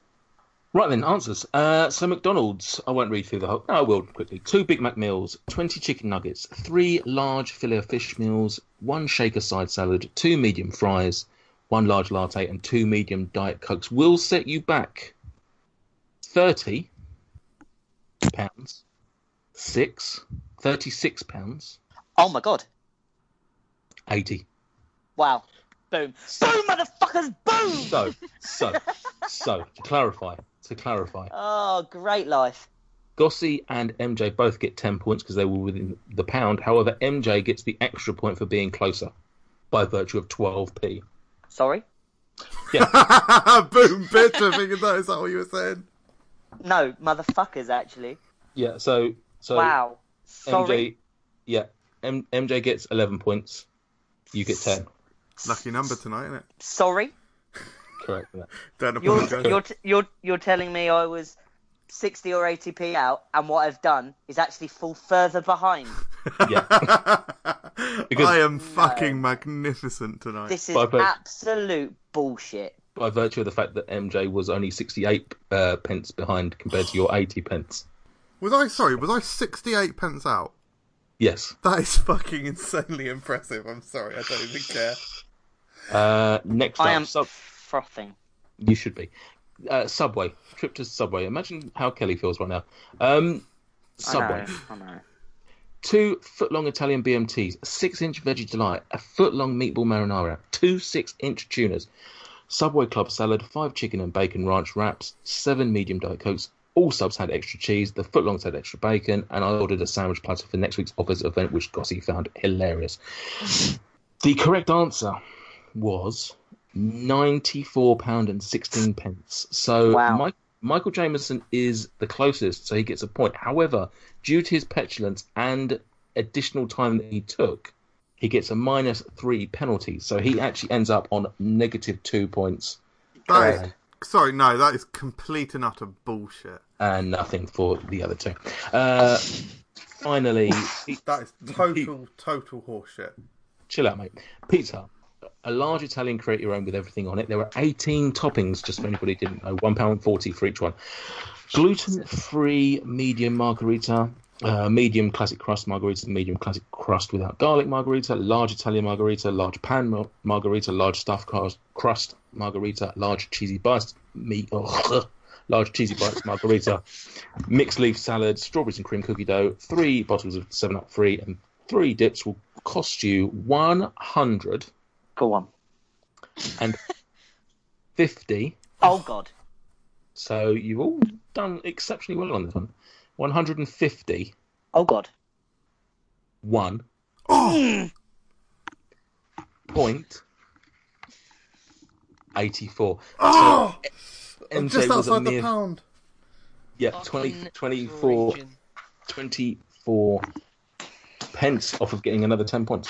Right then, answers. Uh, so McDonald's, I won't read through the whole. No, I will quickly. Two Big Mac meals, twenty chicken nuggets, three large filet of fish meals, one shaker side salad, two medium fries, one large latte, and two medium diet cokes will set you back thirty pounds, six, thirty-six pounds, Oh my god. eighty. Wow. Boom. Boom, motherfuckers, boom! So, so, so to clarify, to clarify, Oh, great life. Gossi and MJ both get 10 points because they were within the pound. However, MJ gets the extra point for being closer by virtue of 12p. Sorry? Boom, bitch! I think that is that what you were saying. No, motherfuckers, actually. Yeah, so so wow. MJ Sorry. yeah, M- MJ gets 11 points. You get 10. Lucky number tonight, isn't it? Sorry? Correct. yeah. Don't You're, apologise. you're, t- you're, you're telling me I was 60 or 80p out, and what I've done is actually fall further behind. Yeah. Because- I am fucking magnificent tonight. This is Bye, bye. absolute bullshit. by virtue of the fact that MJ was only 68 uh, pence behind compared to your 80 pence. Was I sorry? Was I sixty-eight pence out? Yes. That is fucking insanely impressive. I'm sorry, I don't even care. Uh, next I up, am Sub- frothing. You should be. Uh, Subway. Trip to Subway. Imagine how Kelly feels right now. Um, Subway. I know. I know. Two foot long Italian BMTs, a six inch veggie delight, a foot long meatball marinara, two six inch tunas, Subway club salad, five chicken and bacon ranch wraps, seven medium diet cokes. All subs had extra cheese. The foot longs had extra bacon, and I ordered a sandwich platter for next week's offers event, which Gossie found hilarious. the correct answer was ninety four pound and sixteen pence. So Wow. Mi- Michael Jameson is the closest, so he gets a point. However, due to his petulance and additional time that he took, he gets a minus three penalty. So he actually ends up on negative two points That is, sorry, no, that is complete and utter bullshit. and nothing for the other two. Uh, finally, That is total, total horseshit. chill out, mate. Pizza. A large Italian create your own with everything on it. There were 18 toppings, just for anybody who didn't know. £1.40 for each one. Gluten free medium margarita, uh, medium classic crust margarita, medium classic crust without garlic margarita, large Italian margarita, large pan mar- margarita, large stuffed crust, crust margarita, large cheesy bites, meat, oh, large cheesy bites margarita, mixed leaf salad, strawberries and cream cookie dough, three bottles of 7 Up Free, and three dips will cost you 150 Go on. Oh God. so you've all done exceptionally well on this one 150 Oh God. one point 84 Oh, MJ just was a outside the mere- pound. yeah 20, Fucking 24 region. 24 pence off of getting another 10 points.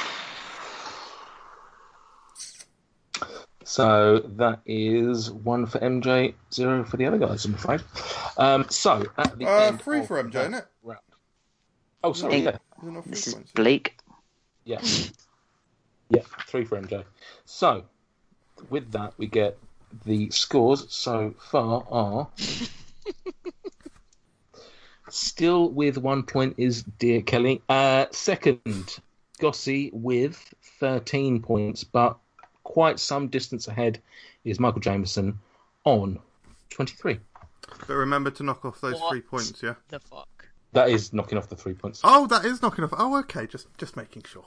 So that is one for MJ, zero for the other guys, I'm afraid. Um, so at the Uh, end free of for MJ, that isn't it? round- Oh, sorry, Yeah. yeah, Is it not free This is for MJ? bleak. yeah, yeah, three for MJ. So with that, we get the scores so far are still with one point is dear Kelly. Uh, second, Gossie with thirteen points, but quite some distance ahead is Michael Jameson on twenty-three. But remember to knock off those What? three points, yeah. The fuck. That is knocking off the three points. Oh, that is knocking off. Oh, okay, just just making sure.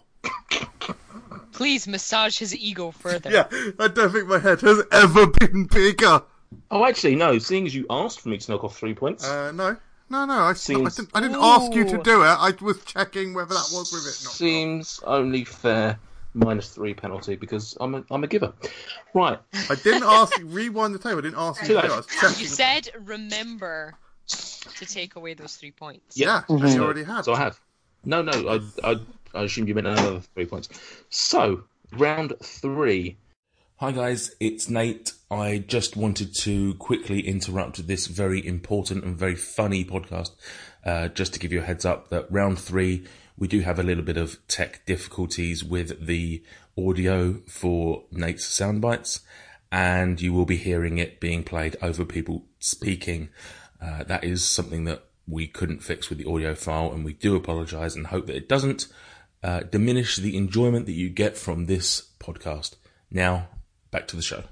Please massage his ego further. Yeah, I don't think my head has ever been bigger. Oh, actually, no. Seeing as you asked for me to knock off three points, Uh, no, no, no. I, I Seems- didn't, I didn't ask you to Ooh. do it. I was checking whether that was with it. Not. seems only fair. Minus three penalty because I'm a, I'm a giver. Right, I didn't ask. Rewind the tape. I didn't ask you to do it. I was You checking. said remember to take away those three points. Yeah, and you already had. Mm-hmm. So I have. No, no, I, I, I assumed you meant another three points. So, round three. Hi guys, it's Nate. I just wanted to quickly interrupt this very important and very funny podcast uh, just to give you a heads up that round three, we do have a little bit of tech difficulties with the audio for Nate's sound bites, and you will be hearing it being played over people speaking. Uh, that is something that we couldn't fix with the audio file, and we do apologize and hope that it doesn't uh, diminish the enjoyment that you get from this podcast. Now, back to the show.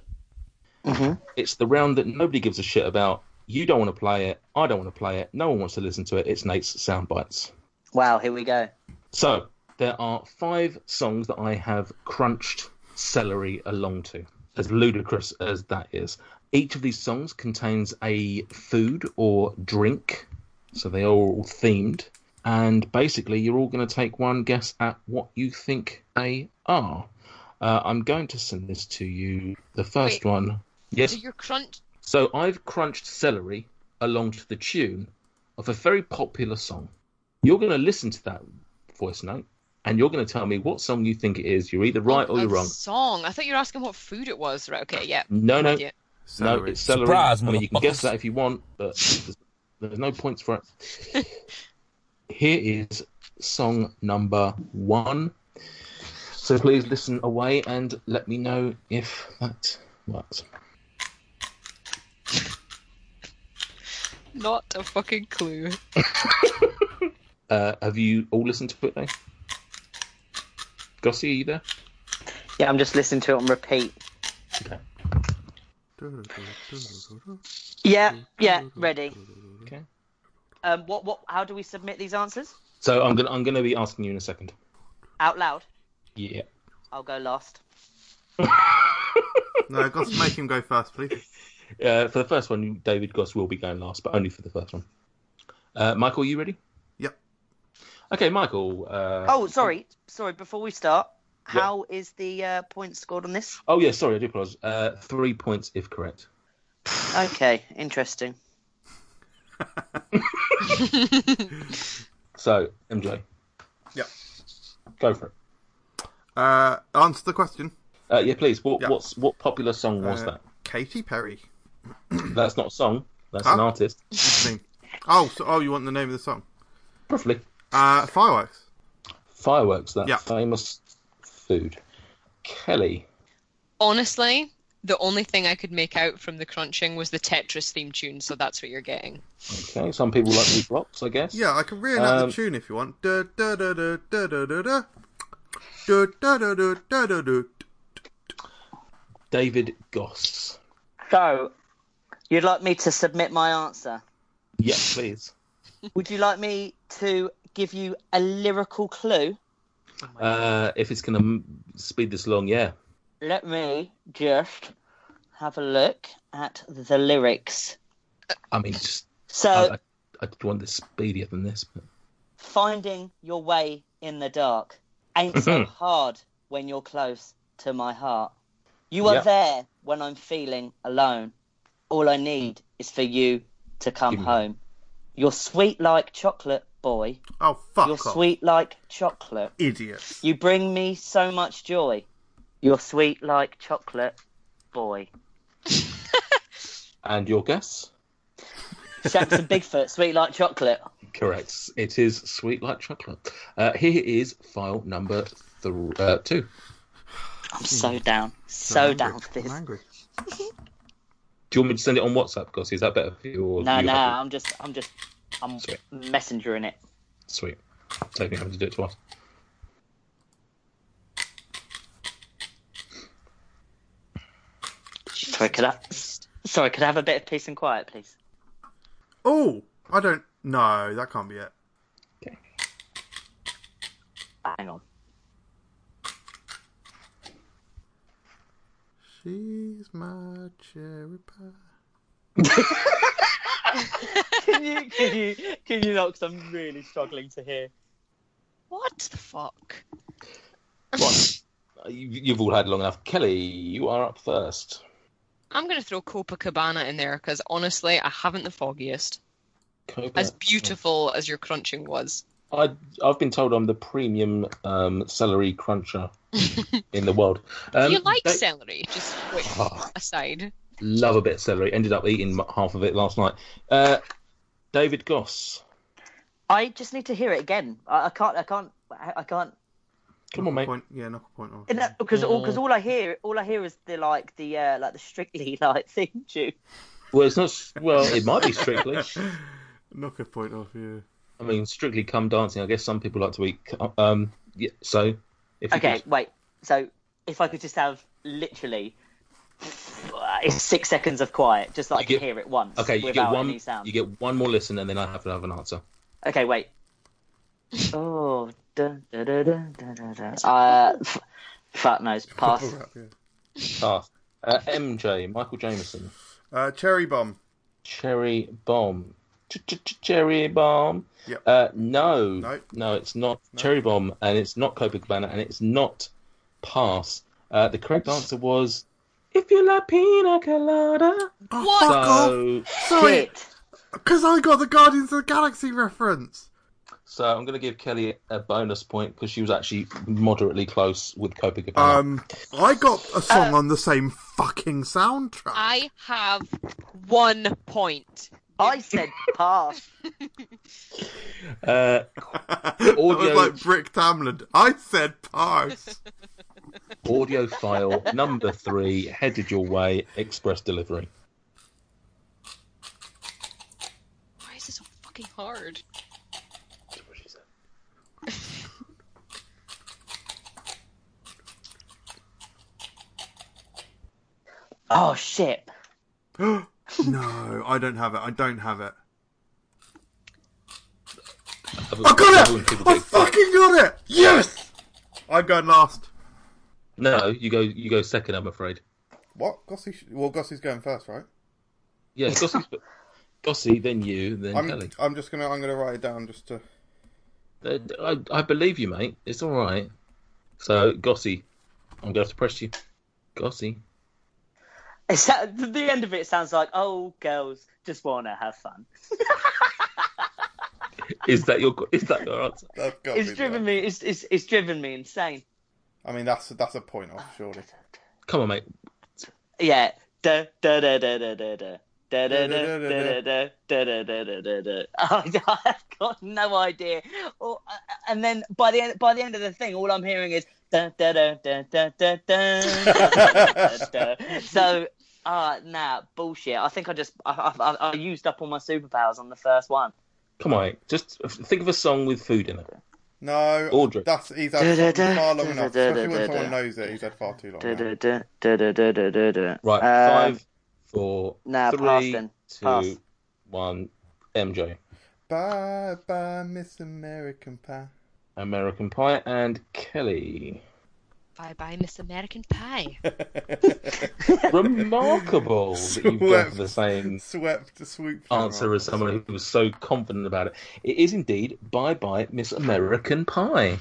It's the round that nobody gives a shit about. You don't want to play it. I don't want to play it. No one wants to listen to it. It's Nate's sound bites. Wow. Here we go. So, there are five songs that I have crunched celery along to, as ludicrous as that is. Each of these songs contains a food or drink, so they are all themed. And basically, you're all going to take one guess at what you think they are. Uh, I'm going to send this to you. The first Wait. one. Yes. So you're crunch. So I've crunched celery along to the tune of a very popular song. You're going to listen to that voice note and you're going to tell me what song you think it is. You're either right or a Oh, you're wrong. Mm. Song. I thought you were asking what food it was. Right. Okay. Yeah. No, no, Yeah. no, it's celery. Surprise, I mean, you can guess motherfuckers. that if you want, but there's, there's no points for it. Here is song number one. So please listen away and let me know if that works. Not a fucking clue. Uh, have you all listened to it though? Gossie, are you there? Yeah, I'm just listening to it on repeat. Okay. Yeah. Yeah. Ready. Okay. Um. What? What? How do we submit these answers? So I'm gonna I'm gonna be asking you in a second. Out loud. Yeah. I'll go last. No, I've got to make him go first, please. Uh, for the first one, David Goss will be going last, but only for the first one. Uh, Michael, you ready? Yep. Okay, Michael. Uh, Oh, sorry. Sorry. Before we start, how is the uh, points scored on this? Oh yeah, sorry, I do apologise. Uh, three points if correct. Okay. Interesting. So MJ, Yep. go for it. Uh, answer the question. Uh, yeah, please. What Yeah. what's what popular song was Uh, Katy Perry. that? That's not a song. That's an Huh? artist. I mean. Oh, so, oh, you want the name of the song? Roughly. Uh, fireworks. Fireworks. That Yeah. famous food. Kelly. Honestly, the only thing I could make out from the crunching was the Tetris theme tune, so that's what you're getting. Okay. Some people like these blocks, I guess. Yeah, I can reel out Um, the tune if you want. Da da da da da da da da. Da da da da da da da. David Goss. So, you'd like me to submit my answer? Yeah, please. Would you like me to give you a lyrical clue? Uh, if it's going to speed this along, yeah. Let me just have a look at the lyrics. I mean, just So, I, I, I did want this speedier than this. But... finding your way in the dark ain't Mm-hmm. so hard when you're close to my heart. You are Yeah. there when I'm feeling alone. All I need is for you to come Give me- home. You're sweet like chocolate, boy. Oh fuck You're off, sweet like chocolate. idiot! You bring me so much joy. You're sweet like chocolate, boy. And your guess? Samson Bigfoot, sweet like chocolate. Correct. It is sweet like chocolate. Uh, here is file number th- uh, two. I'm so down, so I'm down angry. for this. I'm angry. Do you want me to send it on WhatsApp, Goss? Is that better for you? Or No, you no, happy? I'm just, I'm just, I'm Sweet. messengering it. Sweet. Saving having to do it twice. Sorry, could I? Sorry, could I have a bit of peace and quiet, please? Oh, I don't. No, that can't be it. Hang on. She's my cherry pie. Can you, can you, can you not? Because I'm really struggling to hear. What the fuck? Right. Uh, you- You've all had long enough. Kelly, you are up first. I'm going to throw Copacabana in there because honestly, I haven't the foggiest. Copa. As beautiful as your crunching was. I, I've been told I'm the premium um, celery cruncher in the world. Um, Do you like they- celery? Just quick Oh. aside. Love a bit of celery. Ended up eating m- half of it last night. Uh, David Goss. I just need to hear it again. I, I can't, I can't, I I can't. Come on, mate. Point. Yeah, knock a point off. And that- Because all, because all I hear, all I hear is the like the uh, like the strictly like theme tune. Well, it's not. s- Well, it might be strictly. Knock a point off. Yeah. I mean, strictly come dancing. I guess some people like to eat. cu- Um, yeah, so, if you Okay, could- wait. So if I could just have literally it's six seconds of quiet, just so I You can get- hear it once. okay, you without get one. any sound. You get one more listen, and then I have to have an answer. Okay, wait. oh, dun, dun, dun, dun, dun, dun, dun. Uh, f- fat nose pass. Alright, yeah. Pass. Uh, MJ, Michael Jameson, Uh, cherry bomb. Cherry Bomb, Cherry Bomb. Yep. Uh, no, No. no, it's not Cherry Bomb, and it's not Copacabana, and it's not Pass. Uh, the correct answer was if you like pina colada. Oh, What? Fuck off. So, Sorry, Shit. because I got the Guardians of the Galaxy reference. so I'm going to give Kelly a bonus point because she was actually moderately close with Copacabana. Um, I got a uh, song on the same fucking soundtrack. I have one point. I said pass. Uh, that audio- was like Brick Tamland. I said pass. audio file number three, headed your way, express delivery. Why is this so fucking hard? Oh shit. no, I don't have it. I don't have it. I I got it! I fucking got it! Yes! I'm going last. No, you go. You go second. I'm afraid. What? Gossy? Sh- well, Gossy's going first, right? Yeah, Gossy, Gossy then you, then Kelly. I'm, I'm just gonna. I'm gonna write it down just to. Uh, I, I believe you, mate. It's all right. So, Gossy, I'm going to have to press you. Gossy. It's that, the end of it sounds like oh girls just wanna have fun. Is that your is that your answer? That's got It's driven me. It's, it's it's driven me insane. I mean, that's that's a point off, surely. Come on, mate. Yeah. Da da da da da da da. Da, da, da, da, da, da, da, da, da, da, da. Oh, I've got no idea. Or, uh, and then by the end, by the end of the thing, all I'm hearing is da da da da da da da. da, da. So, uh, nah, bullshit. I think I just I, I, I- I used up all my superpowers on the first one. Come on, mate. Just think of a song with food in it. No, Audrey. that's he's Da, da, had da, far long da, enough. da, da, Especially when da, someone da. knows it, he's had far too long. Da, now. da, da, da, da, da, da, da, da. Right, Um, five, four, nah, three, pass then. two, Pass. one. MJ, Bye bye, Miss American Pie. American Pie, and Kelly. Bye bye, Miss American Pie. Remarkable that you've gone Swept. for the same Swept, swooped. her answer up. as someone who was so confident about it. It is indeed Bye Bye Miss American Pie.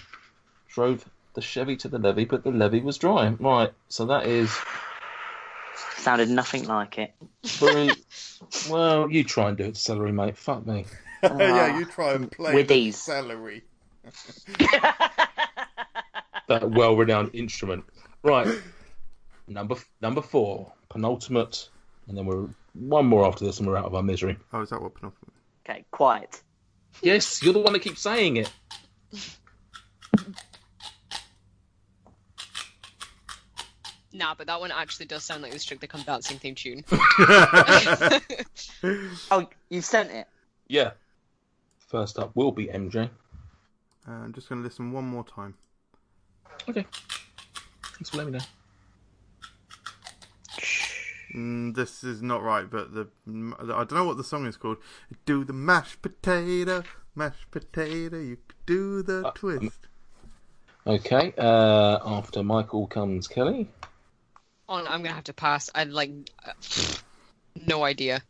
Drove the Chevy to the levee, but the levee was dry. Right, so that is Sounded nothing like it. three. well, you try and do it, celery, mate. Fuck me. yeah, you try and play With the ease. celery. that well-renowned instrument. Right, number number four, penultimate, and then we're one more after this, and we're out of our misery. Oh, is that what penultimate? Okay, quiet. Yes, you're the one that keeps saying it. Nah, but that one actually does sound like the Strictly Come Dancing theme tune. Oh, you've sent it. Yeah. First up will be MJ. Uh, I'm just going to listen one more time. Okay. Thanks for letting me know. Mm, this is not right, but the m- I don't know what the song is called. Do the mashed potato, mashed potato. You could do the twist. Okay. Uh, after Michael comes Kelly. On, I'm gonna have to pass. I like, uh, no idea.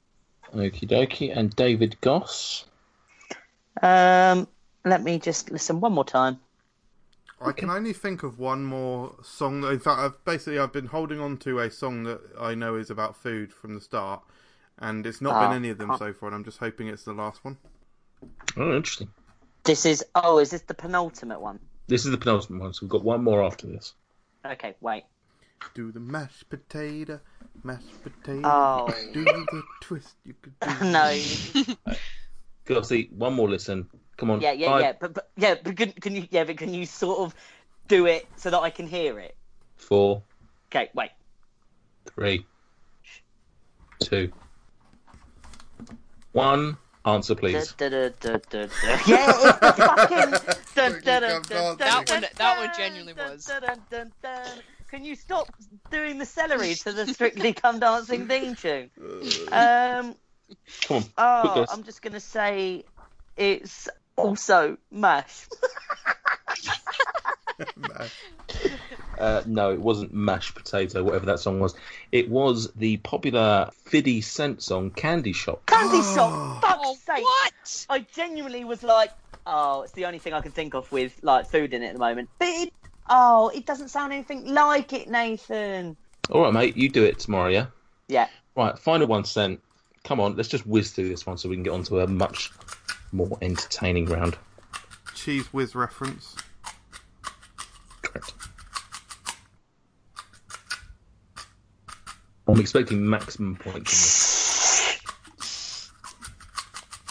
Okie dokie, and David Goss. Um, let me just listen one more time. I can only think of one more song. That, in fact, I've basically I've been holding on to a song that I know is about food from the start, and it's not Ah, been any of them can't- so far. And I'm just hoping it's the last one. Oh, interesting. This is oh, is this the penultimate one? This is the penultimate one, so we've got one more after this. Okay, wait. Do the mashed potato, mashed potato. Oh. Do the twist. You could do the No. Gossy, one more listen. Come on. Yeah, yeah, Five, yeah. But, but yeah, but can, can you yeah, but can you sort of do it so that I can hear it? four, Okay, wait. three, two, one. Answer, Da, please. da, da, da, da, da. Yeah, it's the fucking. Da, da, da, Come dancing. da, da, That one- da, that one da, genuinely da, was. da, da, da, da. Can you stop doing the celery to the Strictly Come Dancing theme tune? Um, Come on. Quick oh, guess. I'm just gonna say it's also mash. Uh, no, it wasn't mashed potato, whatever that song was. It was the popular 50 Cent song Candy Shop. Candy shop, fuck's Oh, sake! what? I genuinely was like, oh, it's the only thing I can think of with like food in it at the moment. But it, oh, it doesn't sound anything like it, Nathan. All right, mate, you do it tomorrow, yeah? Yeah. Right, final one cent. Come on, let's just whiz through this one so we can get on to a much more entertaining round. cheese whiz reference. Correct. I'm expecting maximum points.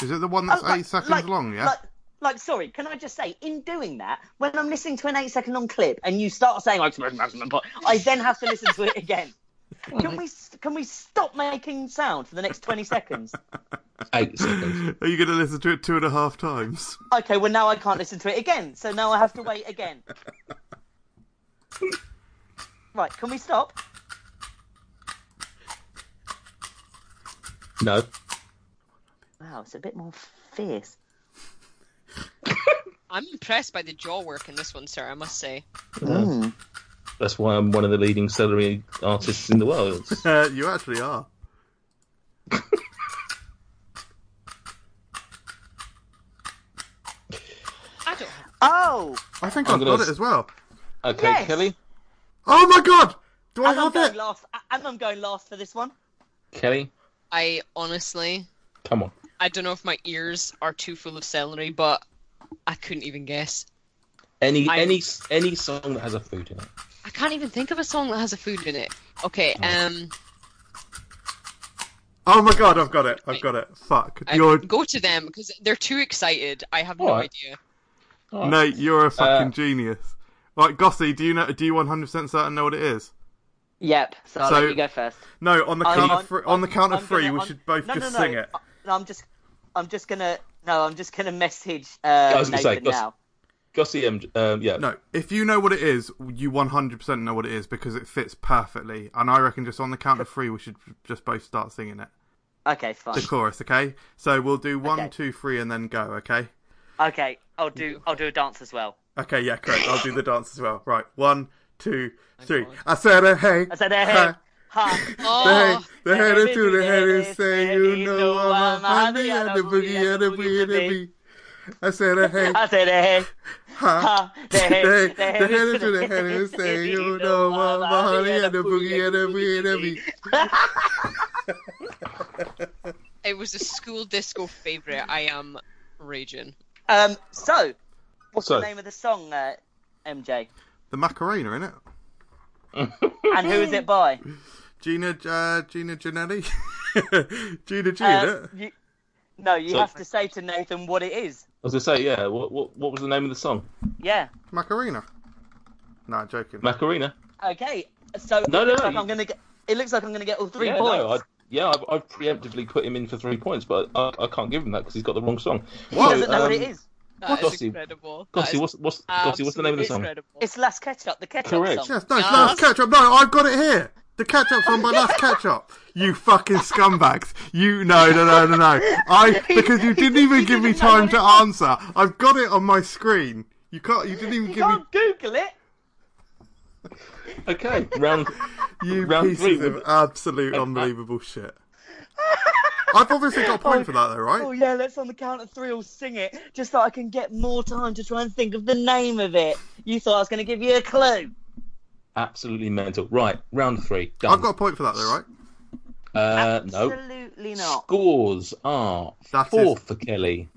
Is it the one that's Oh, like- eight seconons like- long? Yeah. Like, like, sorry, can I just say, in doing that, when I'm listening to an eight-second long clip and you start saying, like, I then have to listen to it again. Can we can we stop making sound for the next twenty seconds? on this. Eight seconds. Are you going to listen to it two and a half times? Okay, well now I can't listen to it again, so now I have to wait again. Right, can we stop? No. Wow, it's a bit more fierce. I'm impressed by the jaw work in this one, sir. I must say. Mm. That's why I'm one of the leading celery artists in the world. Uh, you actually are. I don't. Have... Oh, I think I'm I've gonna got it s- as well. Okay, Yes. Kelly. Oh my god! Do I and I'm have going it? last. And I'm going last for this one. Kelly, I honestly, come on. I don't know if my ears are too full of celery, but I couldn't even guess. Any I- any any song that has a food in it. I can't even think of a song that has a food in it. Okay, um, Oh my god, I've got it. I've got it. Fuck. I You're go to them because they're too excited. I have no Alright. idea. All no, right. you're a fucking genius. Right, Gossy, do you know? Do you 100 percent certain know what it is? Yep. So, I'll So- let you go first. No, on the I'm- count I'm- of three, on the I'm- count I'm of three, gonna- we I'm- should both no, no, just no. sing it. I- No, I'm just, I'm just gonna. No, I'm just gonna message uh, was gonna say, Nathan Gus- now. Gussie M. Um, yeah. No, if you know what it is, you 100% know what it is because it fits perfectly. And I reckon just on the count of three, we should just both start singing it. Okay, fine. The chorus, okay? So we'll do one, two, three, Okay. and then go, okay? Okay, I'll do. I'll do a dance as well. Okay, yeah, correct. I'll do the dance as well. Right, one, two, three. I said a hey. I said, hey, ha. The hey, Oh, the hey, the two, the hey, the say, you know I'm a honey, and the boogie, and the boogie, and the bee. Ah, I said a hey, I said, hey, ha. ha. The hey, The the hey, the hey, the two, the hey, the say, you know I'm a honey, and the boogie, and the boogie, and the bee. it was a school disco favorite. I am raging. Um, so, what's So- the name of the song, uh, MJ? The Macarena, innit? And who is it by? Gina, uh, Gina Janetti? Gina G, Uh, innit? you, no, you So- have to say to Nathan what it is. I was gonna say yeah. What what what was the name of the song? Yeah. Macarena. No, joking. Macarena. Okay. So No, no, it looks no, like you- I'm gonna get. It looks like I'm gonna get all three yeah, points. No, I, yeah, I've, I've preemptively put him in for three points, but I, I can't give him that because he's got the wrong song. he doesn't know um, what it is. That is Gossip. incredible. That Gussie, is what's what's Gussie, what's the name of the absolutely song? Incredible. It's Last Ketchup, the ketchup Correct. song. Yes, no, it's Yes. last catch up. No, I've got it here. The catch up's on by last catch up. You fucking scumbags. You no no no no no. I because you didn't even give me doesn't know time what to it was. answer. I've got it on my screen. You can't you didn't even You give me can't Google it. Okay, round. you round pieces three, of wouldn't it? absolute I- unbelievable shit. I've obviously got a point for that though, Oh right? yeah, let's on the count of three all sing it, just so I can get more time to try and think of the name of it. You thought I was gonna give you a clue. Absolutely mental. Right, round three. Done. I've got a point for that though, right? uh, no. Absolutely not. Scores are That is- four for Kelly,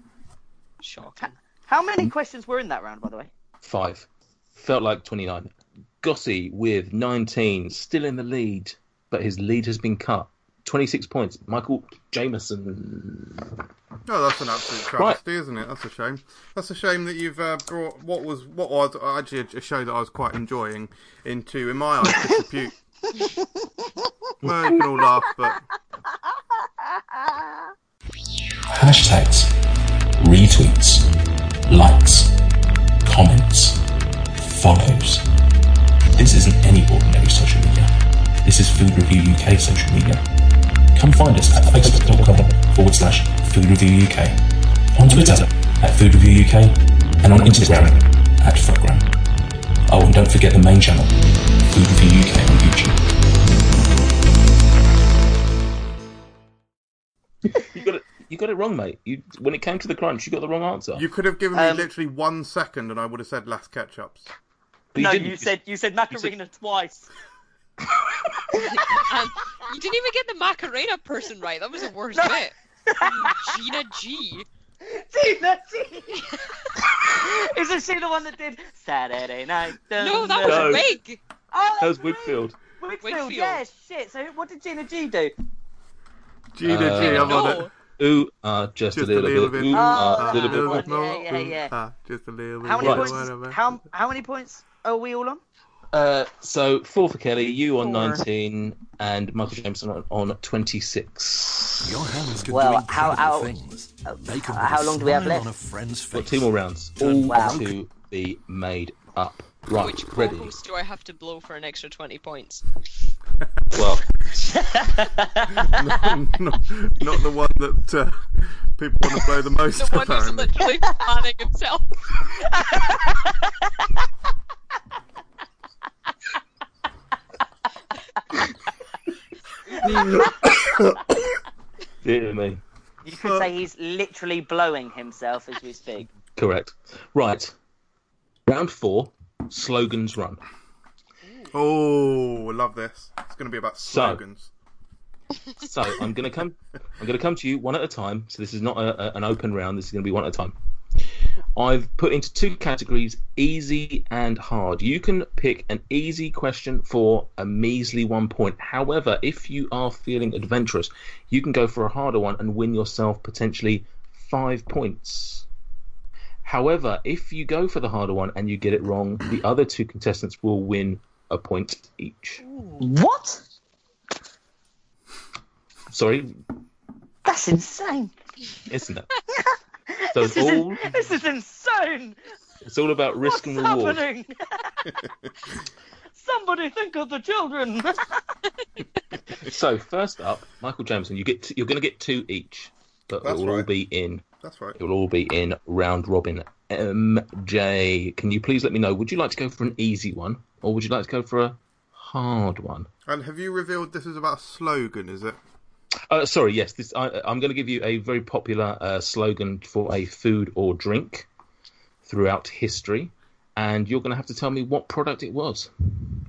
Shocking. How many questions were in that round, by the way? five. Felt like 29. Gossie with 19, still in the lead, but his lead has been cut. 26 points. Michael Jameson. No, Oh, that's an absolute travesty, isn't it? That's a shame. That's a shame that you've uh, brought what was what was actually a show that I was quite enjoying into, in my eyes, disrepute. well, you can all laugh, but Hashtags, retweets, likes, comments, follows. This isn't any ordinary social media. This is Food Review UK social media. Come find us at facebook.com forward slash Food Review UK, on Twitter at Food Review UK, and on Instagram at Foodgram. Oh, and don't forget the main channel, Food Review UK on YouTube. You got it. You got it wrong, mate. You when it came to the crunch, you got the wrong answer. you could have given me Um, literally one second, and I would have said last ketchups. But no, didn't. you said you said Macarena twice. And Um, you didn't even get the Macarena person right. That was the worst bit. Gina G. Tina T. Isn't she the one that did Saturday night? Dun, No, that dun. No. was Wig. Oh, that was Whitfield. Whitfield. Whitfield. Whitfield. Yeah, shit. So what did Gina G do? Gina G, Uh, I'm on No. it. Ooh, ah, just, a little, bit. Ooh, Oh, ah, uh, little bit yeah, more. yeah, yeah, yeah. Ah, just a little bit. How many Right. points? more, whatever. How how many points are we all on? Uh, so four for Kelly, you on Four. 19, and Michael Jameson on, on 26. Your hands can Well, do how- incredible how- things. They can uh, put a how long do we have smile left? On a friend's face. Got two more rounds, all Turn Wow. to be made up. Right, Which ready? co-host do I have to blow for an extra 20 points? Well, not, not the one that uh, people want to blow the most, The one who's apparently. literally planning himself. dear me. You could say he's literally blowing himself as we speak. Correct. Right, round four. Slogans run. Oh, I love this. It's going to be about slogans. So I'm gonna come. I'm gonna come to you one at a time. So this is not a, a- an open round. This is gonna be one at a time. I've put into two categories easy and hard. You can pick an easy question for a measly one point. However, if you are feeling adventurous, you can go for a harder one and win yourself potentially five points. However, if you go for the harder one and you get it wrong, the other two contestants will win a point each. What? Sorry, That's insane. isn't it? So it's this, is, all this is insane. it's all about risk and What's reward. happening? Somebody think of the children. So first up, Michael Jameson, you get t- you're going to get two each, but That's it will all right. be in That's right. it will all be in round robin. MJ, can you please let me know? Would you like to go for an easy one, or would you like to go for a hard one? And have you revealed this is about a slogan? Is it? Uh, sorry, yes, this I, I'm going to give you a very popular uh, slogan for a food or drink throughout history, and you're going to have to tell me what product it was.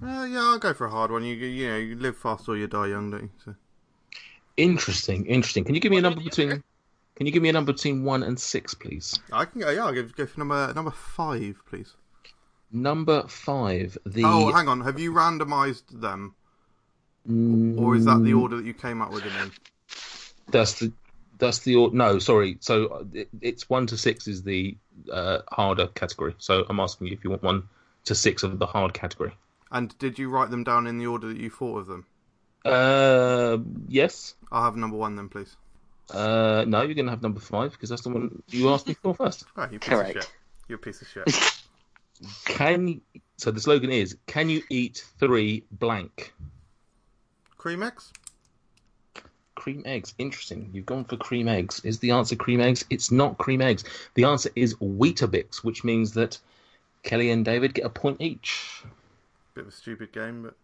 Uh, yeah, I'll go for a hard one. You you know you live fast or you die young, don't you? So Interesting, interesting. Can you give me a One or number the between? Can you give me a number between one and six, please? I can go. Yeah, I'll go, go for number number five, please. Number five. The Oh, hang on. Have you randomised them, or is that the order that you came up with them in? That's the that's the or- no. Sorry. So uh, it, it's one to six is the uh, harder category. So I'm asking you if you want one to six of the hard category. And did you write them down in the order that you thought of them? Uh, yes. I'll have number one then, please. Uh, no, you're gonna have number five because that's the one you asked me for first. Right, Ah, you piece Correct. of shit. You're a piece of shit. Can so the slogan is Can you eat three blank Cream eggs? cream eggs? Interesting. You've gone for cream eggs. Is the answer cream eggs? It's not cream eggs. The answer is Weetabix, which means that Kelly and David get a point each. Bit of a stupid game, but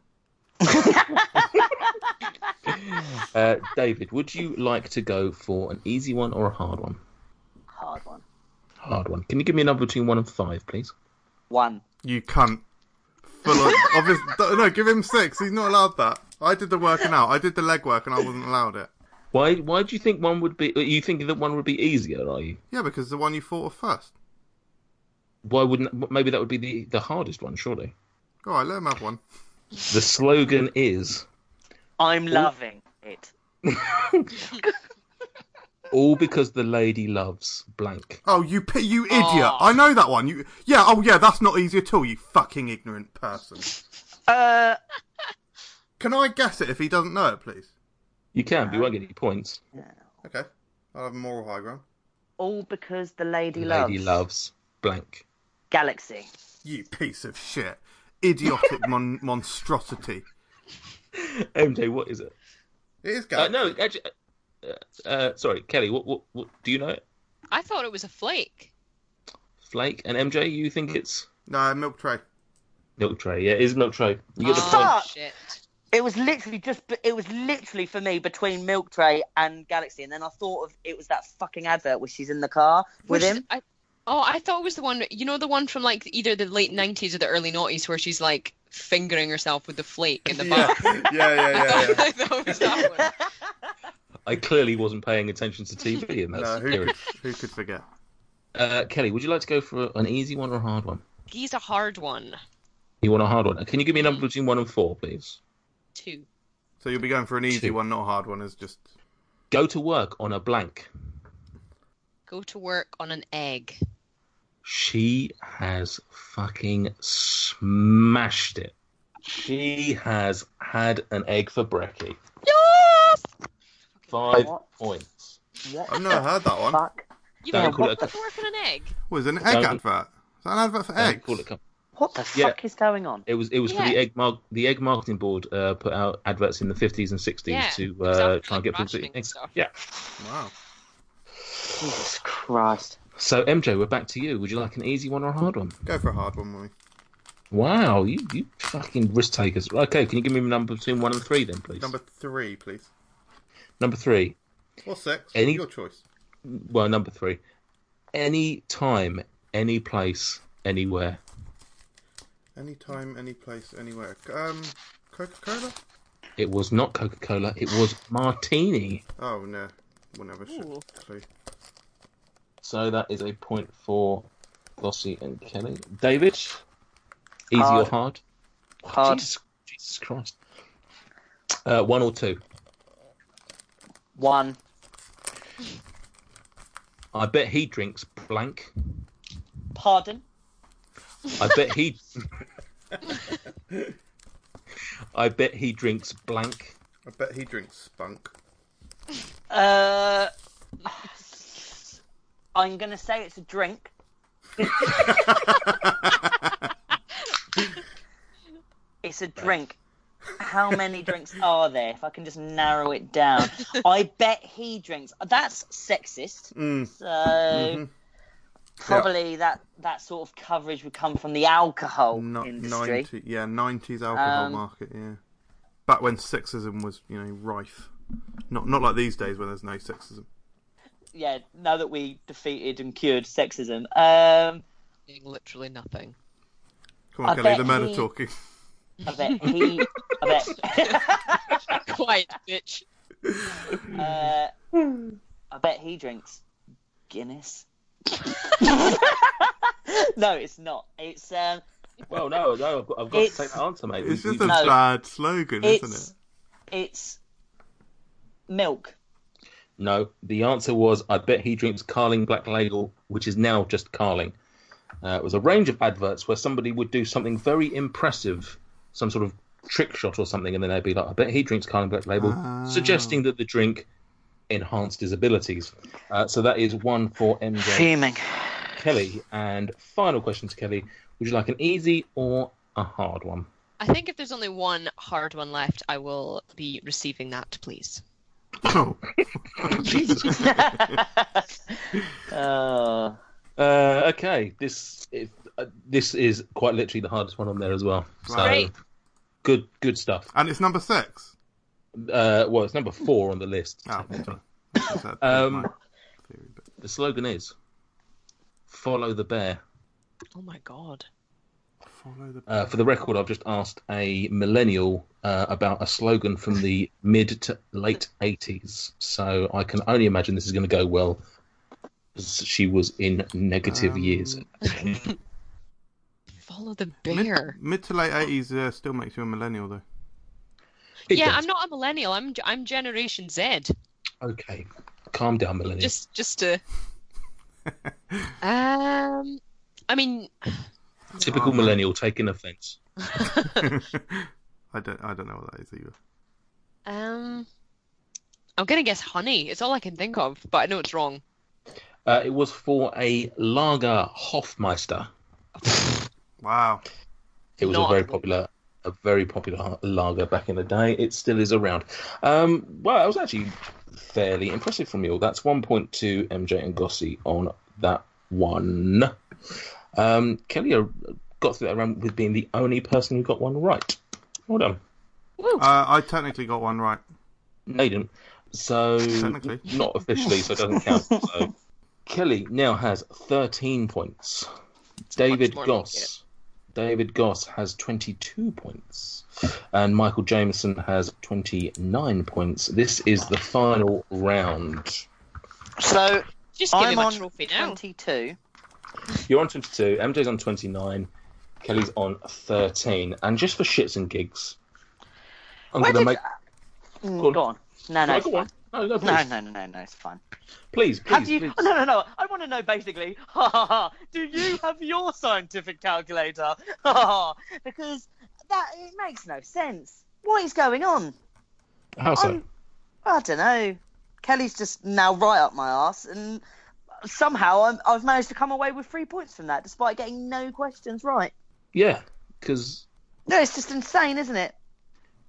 Uh, David, would you like to go for an easy one or a hard one? Hard one. Hard one. Can you give me a number between one and five, please? One. you cunt. Full on. Obvious... No, give him six. He's not allowed that. I did the working out. I did the leg work, and I wasn't allowed it. Why? Why do you think one would be? Are you thinking that one would be easier? Are you? Yeah, because the one you thought of first. Why wouldn't? Maybe that would be the the hardest one. Surely. All right, let him have one. The slogan is I'm loving it. "All because the lady loves blank." Oh, you pi- you idiot! I know that one. You yeah. Oh yeah, that's not easy at all. You fucking ignorant person. Uh, Can I guess it if he doesn't know it, please? You can, but you won't get any points. Okay, I'll have moral high ground. all because the lady, lady loves loves blank. Galaxy. You piece of shit, idiotic mon- monstrosity. MJ, what is it? It is Uh, Galaxy. no, actually, uh, uh, sorry, Kelly. What, what? What? Do you know it? I thought it was a flake. Flake and MJ, you think it's no, milk tray. milk tray? Yeah, it is milk tray. You get the Oh, point. Fuck. shit. It was literally just. It was literally for me between Milk Tray and Galaxy, and then I thought of it was that fucking advert where she's in the car with Which is- him. I, oh, I thought it was the one, you know, the one from like either the late 90s or the early 90s where she's like fingering herself with the flake in the yeah. back. yeah, yeah, yeah, yeah. I thought it was that one. I clearly wasn't paying attention to TV in that No, who period. could, who could forget? Uh, Kelly, would you like to go for an easy one or a hard one? He's a hard one. You want a hard one. Can you give me a number between one and four, please? Two. So you'll be going for an easy Two. one, not a hard one. Is just Go to work on a blank. Go to work on an egg. She has fucking smashed it. She has had an egg for brekkie. Yes! Five What? points. What I've never heard that one. Fuck. You Don't want call to it a- work on an egg? Was an egg Don't- advert? Is that an advert for Don't eggs? call it com- What the Yeah. fuck is going on? It was it was for the Yeah. egg mar- the egg marketing board uh, put out adverts in the fifties and sixties Yeah, to uh, exactly, try and like get people to rationing eat eggs. stuff. Yeah. Wow. Jesus Christ. So MJ, we're back to you. Would you like an easy one or a hard one? Go for a hard one, will we? Wow, you, you fucking risk takers. Okay, can you give me a number between one and three then, please? Number three, please. Number three. Or six. Any- Your choice. Well, number three. Any time, any place, anywhere. Anytime, any place, anywhere. Um, Coca Cola? It was not Coca Cola, it was Martini. Oh no, wouldn't have a shit Ooh. clue. So that is a point for Glossy and Kelly. David, easy Hard. or hard? Hard. Jesus, Jesus Christ. Uh, one or two. One. I bet he drinks blank. Pardon. I bet he. I bet he drinks blank. I bet he drinks spunk. Uh, I'm gonna say it's a drink. It's a drink. How many drinks are there? If I can just narrow it down, I bet he drinks. That's sexist. Mm. So Mhm. probably that that sort of coverage would come from the alcohol Not industry. ninety, yeah, nineties alcohol Um, market, yeah. Back when sexism was, you know, rife. Not not like these days when there's no sexism. Yeah, now that we defeated and cured sexism, um, Literally nothing. Come on, I Kelly, the bet men he- are talking. I bet he. I bet. Quiet, bitch. Uh, I bet he drinks Guinness. no, it's not. It's um, Well, no, no, I've got, I've got It's- to take that answer, mate. It's We- just we- a No. bad slogan, it's isn't it's milk. No, the answer was I bet he drinks Carling Black Label, which is now just Carling. Uh, it was a range of adverts where somebody would do something very impressive, some sort of trick shot or something, and then they'd be like, I bet he drinks Carling Black Label, Ah. suggesting that the drink enhanced his abilities. Uh, so that is one for MJ Fuming. Kelly. And final question to Kelly Would you like an easy or a hard one? I think if there's only one hard one left, I will be receiving that, please. it? Oh. oh, Uh, okay, this if, uh, this is quite literally the hardest one on there as well. So, Great. good good stuff. And it's number six. Uh, well, it's number four on the list. Oh, sorry. That's that- Um, my theory, but- The slogan is "Follow the bear." Oh my god. Follow the Uh, for the record, I've just asked a millennial uh, about a slogan from the mid to late '80s, so I can only imagine this is going to go well. 'cause She was in negative Um, years. Follow the Mid- bear. Mid, to late eighties uh, still makes you a millennial, though. It yeah, does. I'm not a millennial. I'm I'm Generation Z. okay. Calm down, millennial. Just just to. um, I mean, Typical Oh, man. millennial taking offence. I don't. I don't know what that is either. um, I'm gonna guess honey. It's all I can think of, but I know it's wrong. Uh, it was for a lager Hofmeister. Wow. It was Not- a very popular, a very popular lager back in the day. It still is around. Um, well, that was actually fairly impressive from you all. That's one point to MJ and Gossi on that one. Um, Kelly uh, got through that round with being the only person who got one right. Well done. Woo. Uh, I technically got one right. No, you didn't. So Technically. not officially, so it doesn't count. So Kelly now has thirteen points. David more Goss. David Goss has 22 points, and Michael Jameson has 29 points. This is the final round. so Just give I'm him a on trophy now. twenty-two. You're on 22, MJ's on 29, Kelly's on 13. And just for shits and gigs, I'm Where going to did- make. Mm, Go on. Go on. No, no, No, it's go on. fine. No, no, please. no, no, no, no, no, it's fine. Please, please. Have you? please. No, no, no. I want to know basically. Ha ha ha. Do you have your scientific calculator? Ha ha. ha. Because that it makes no sense. What is going on? How so? I'm- I don't know. Kelly's just now right up my ass, and somehow I'm, I've managed to come away with three points from that, despite getting no questions right. Yeah, because. No, it's just insane, isn't it?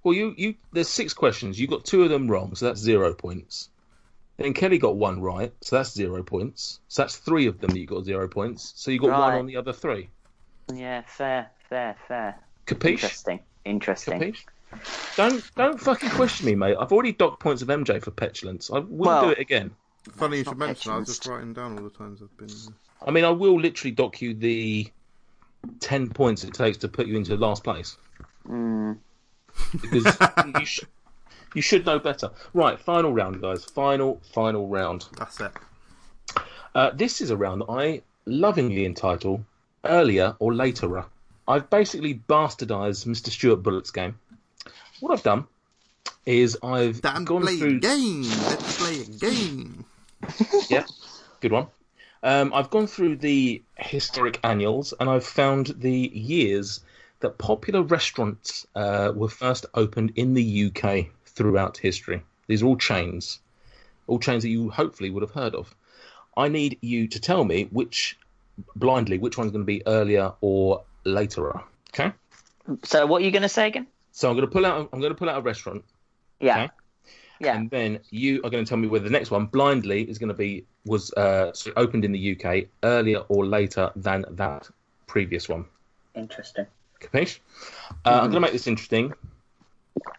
Well, you, you there's six questions. You got two of them wrong, so that's zero points. Then Kelly got one right, so that's zero points. So that's three of them that you got zero points. So you got one Right. on the other three. Yeah, fair, fair, fair. Capiche? Interesting, interesting. Capiche? Don't don't fucking question me, mate. I've already docked points of MJ for petulance. I wouldn't Well- do it again. Funny you not should mention. I was just petulance. writing down all the times I've been. I mean, I will literally dock you the ten points it takes to put you into last place Mm. because you, sh- you should know better. Right, final round, guys. Final final round. That's it. Uh, this is a round that I lovingly entitle Earlier or Laterer. I've basically bastardized Mr. Stuart Bullet's game. What I've done is I've Damn, gone play through. a game. Let's play a game. yeah, good one. Um, I've gone through the historic annuals and I've found the years that popular restaurants uh, were first opened in the UK throughout history. These are all chains, all chains that you hopefully would have heard of. I need you to tell me which, blindly, which one's going to be earlier or laterer. Okay, So what are you going to say again? so I'm going to pull out. I'm going to pull out a restaurant, Yeah. Okay. Yeah. and then you are going to tell me whether the next one, blindly, is going to be was uh, sort of opened in the UK earlier or later than that previous one. Interesting. Capiche? Uh, I'm going to make this interesting.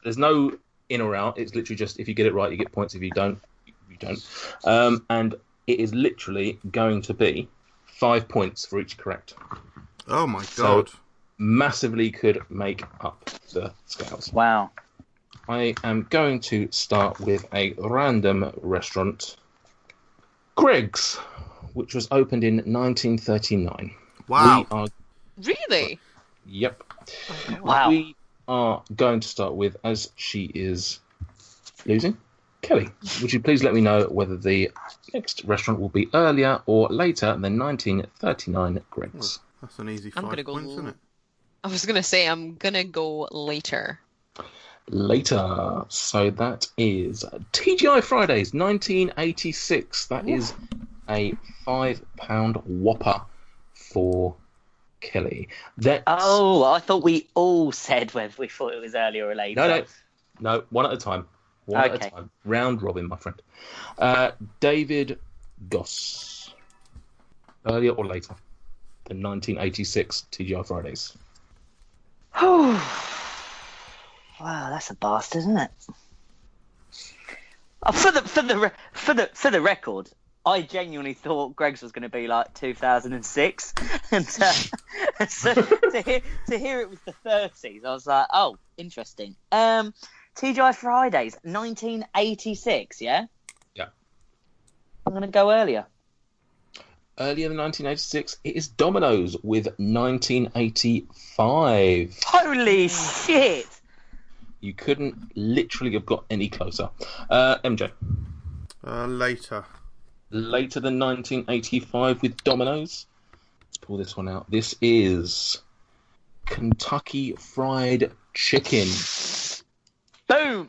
There's no in or out. It's literally just if you get it right, you get points. If you don't, you don't. Um, and it is literally going to be five points for each correct. Oh my So- god. Massively could make up the scales. Wow. I am going to start with a random restaurant, Greg's, which was opened in 1939. wow. We are, Really? yep, Wow. We are going to start with, as she is losing, Kelly. Would you please let me know whether the next restaurant will be earlier or later than 1939 Greg's? That's an easy I'm 5 gonna go- points, isn't it? I was gonna say I'm gonna go later. Later. So that is TGI Fridays 1986. That is a five pound whopper for Kelly. That's, Oh, I thought we all said whether we thought it was earlier or later. No, no. No, one at a time. One at Okay. a time. Round robin, my friend. Uh, David Goss. Earlier or later than 1986 TGI Fridays. Whew. wow, that's a bastard, isn't it? Uh, For the for the re- for the for the record, I genuinely thought Greg's was going to be like 2006, and uh, so to hear to hear it was the 30s, I was like, oh, interesting. Um, TGI Fridays, 1986, yeah. Yeah. I'm going to go earlier. Earlier than 1986, it is Domino's with 1985. Holy Mm. shit! You couldn't literally have got any closer. Uh, MJ, Uh, later. later than 1985 with Domino's. Let's pull this one out. This is Kentucky Fried Chicken. Boom.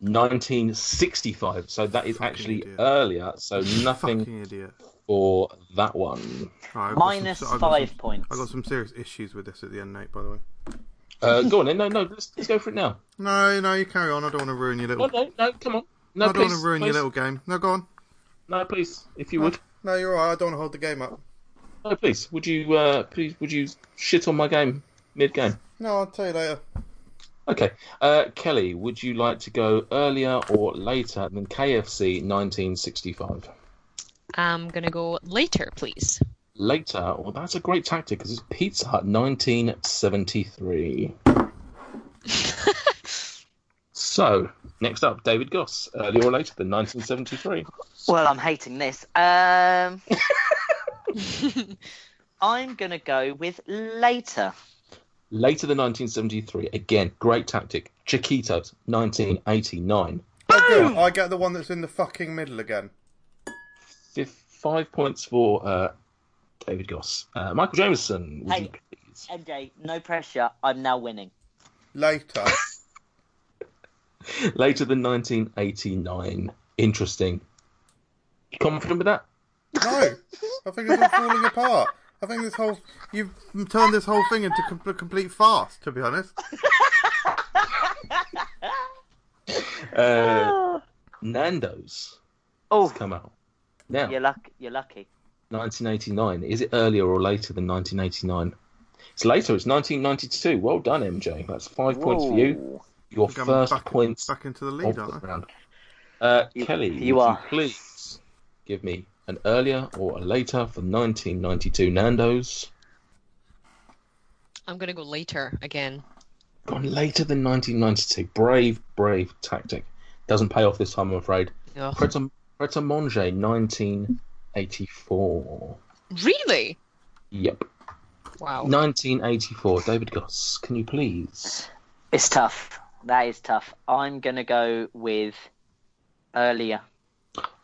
1965. So that is Fucking actually idiot. earlier. So nothing Fucking idiot. for that one. All right, I've got Minus some- I've got five some- points. I got some serious issues with this at the end, Nate. By the way. Uh, go on then. No, no. Let's, let's go for it now. No, no, you carry on. I don't want to ruin your little. No, no, no. Come on. No, I don't please. want to ruin please. your little game. No, go on. No, please. If you would. No, you're all right. I don't want to hold the game up. No, please. Would you? Uh, please. Would you shit on my game mid game? No, I'll tell you later. Okay. Uh, Kelly, would you like to go earlier or later than KFC 1965? I'm gonna go later, please. Later. Well, that's a great tactic because it's Pizza Hut 1973. so, next up, David Goss, earlier or later than 1973. Well, I'm hating this. Um, I'm gonna go with later. Later than 1973. Again, great tactic. Chiquitos 1989. Okay, I get the one that's in the fucking middle again. Fif- five points for uh, David Goss. Uh, Michael Jameson, would Hey. you please? MJ, no pressure. I'm now winning. Later. Later than 1989. Interesting. You confident with that? No, I think it's all falling apart. I think this whole you've turned this whole thing into com- complete farce. To be honest, Uh, Nando's oh, has come out. Now, you're lucky. You're lucky. 1989. Is it earlier or later than 1989? It's later. It's 1992. Well done, MJ. That's five points for you. Whoa. Your I think I'm first back, points back into the of lead, the aren't I? round. Uh, You- Kelly, you would are. you please give me an earlier or a later for 1992 Nando's? I'm gonna go later again. Gone later than 1992. Brave, brave tactic. Doesn't pay off this time, I'm afraid. Ugh. Pret a Manger 19 1984. Really? Yep. Wow. 1984. David Goss, can you please? It's tough. That is tough. I'm gonna go with earlier.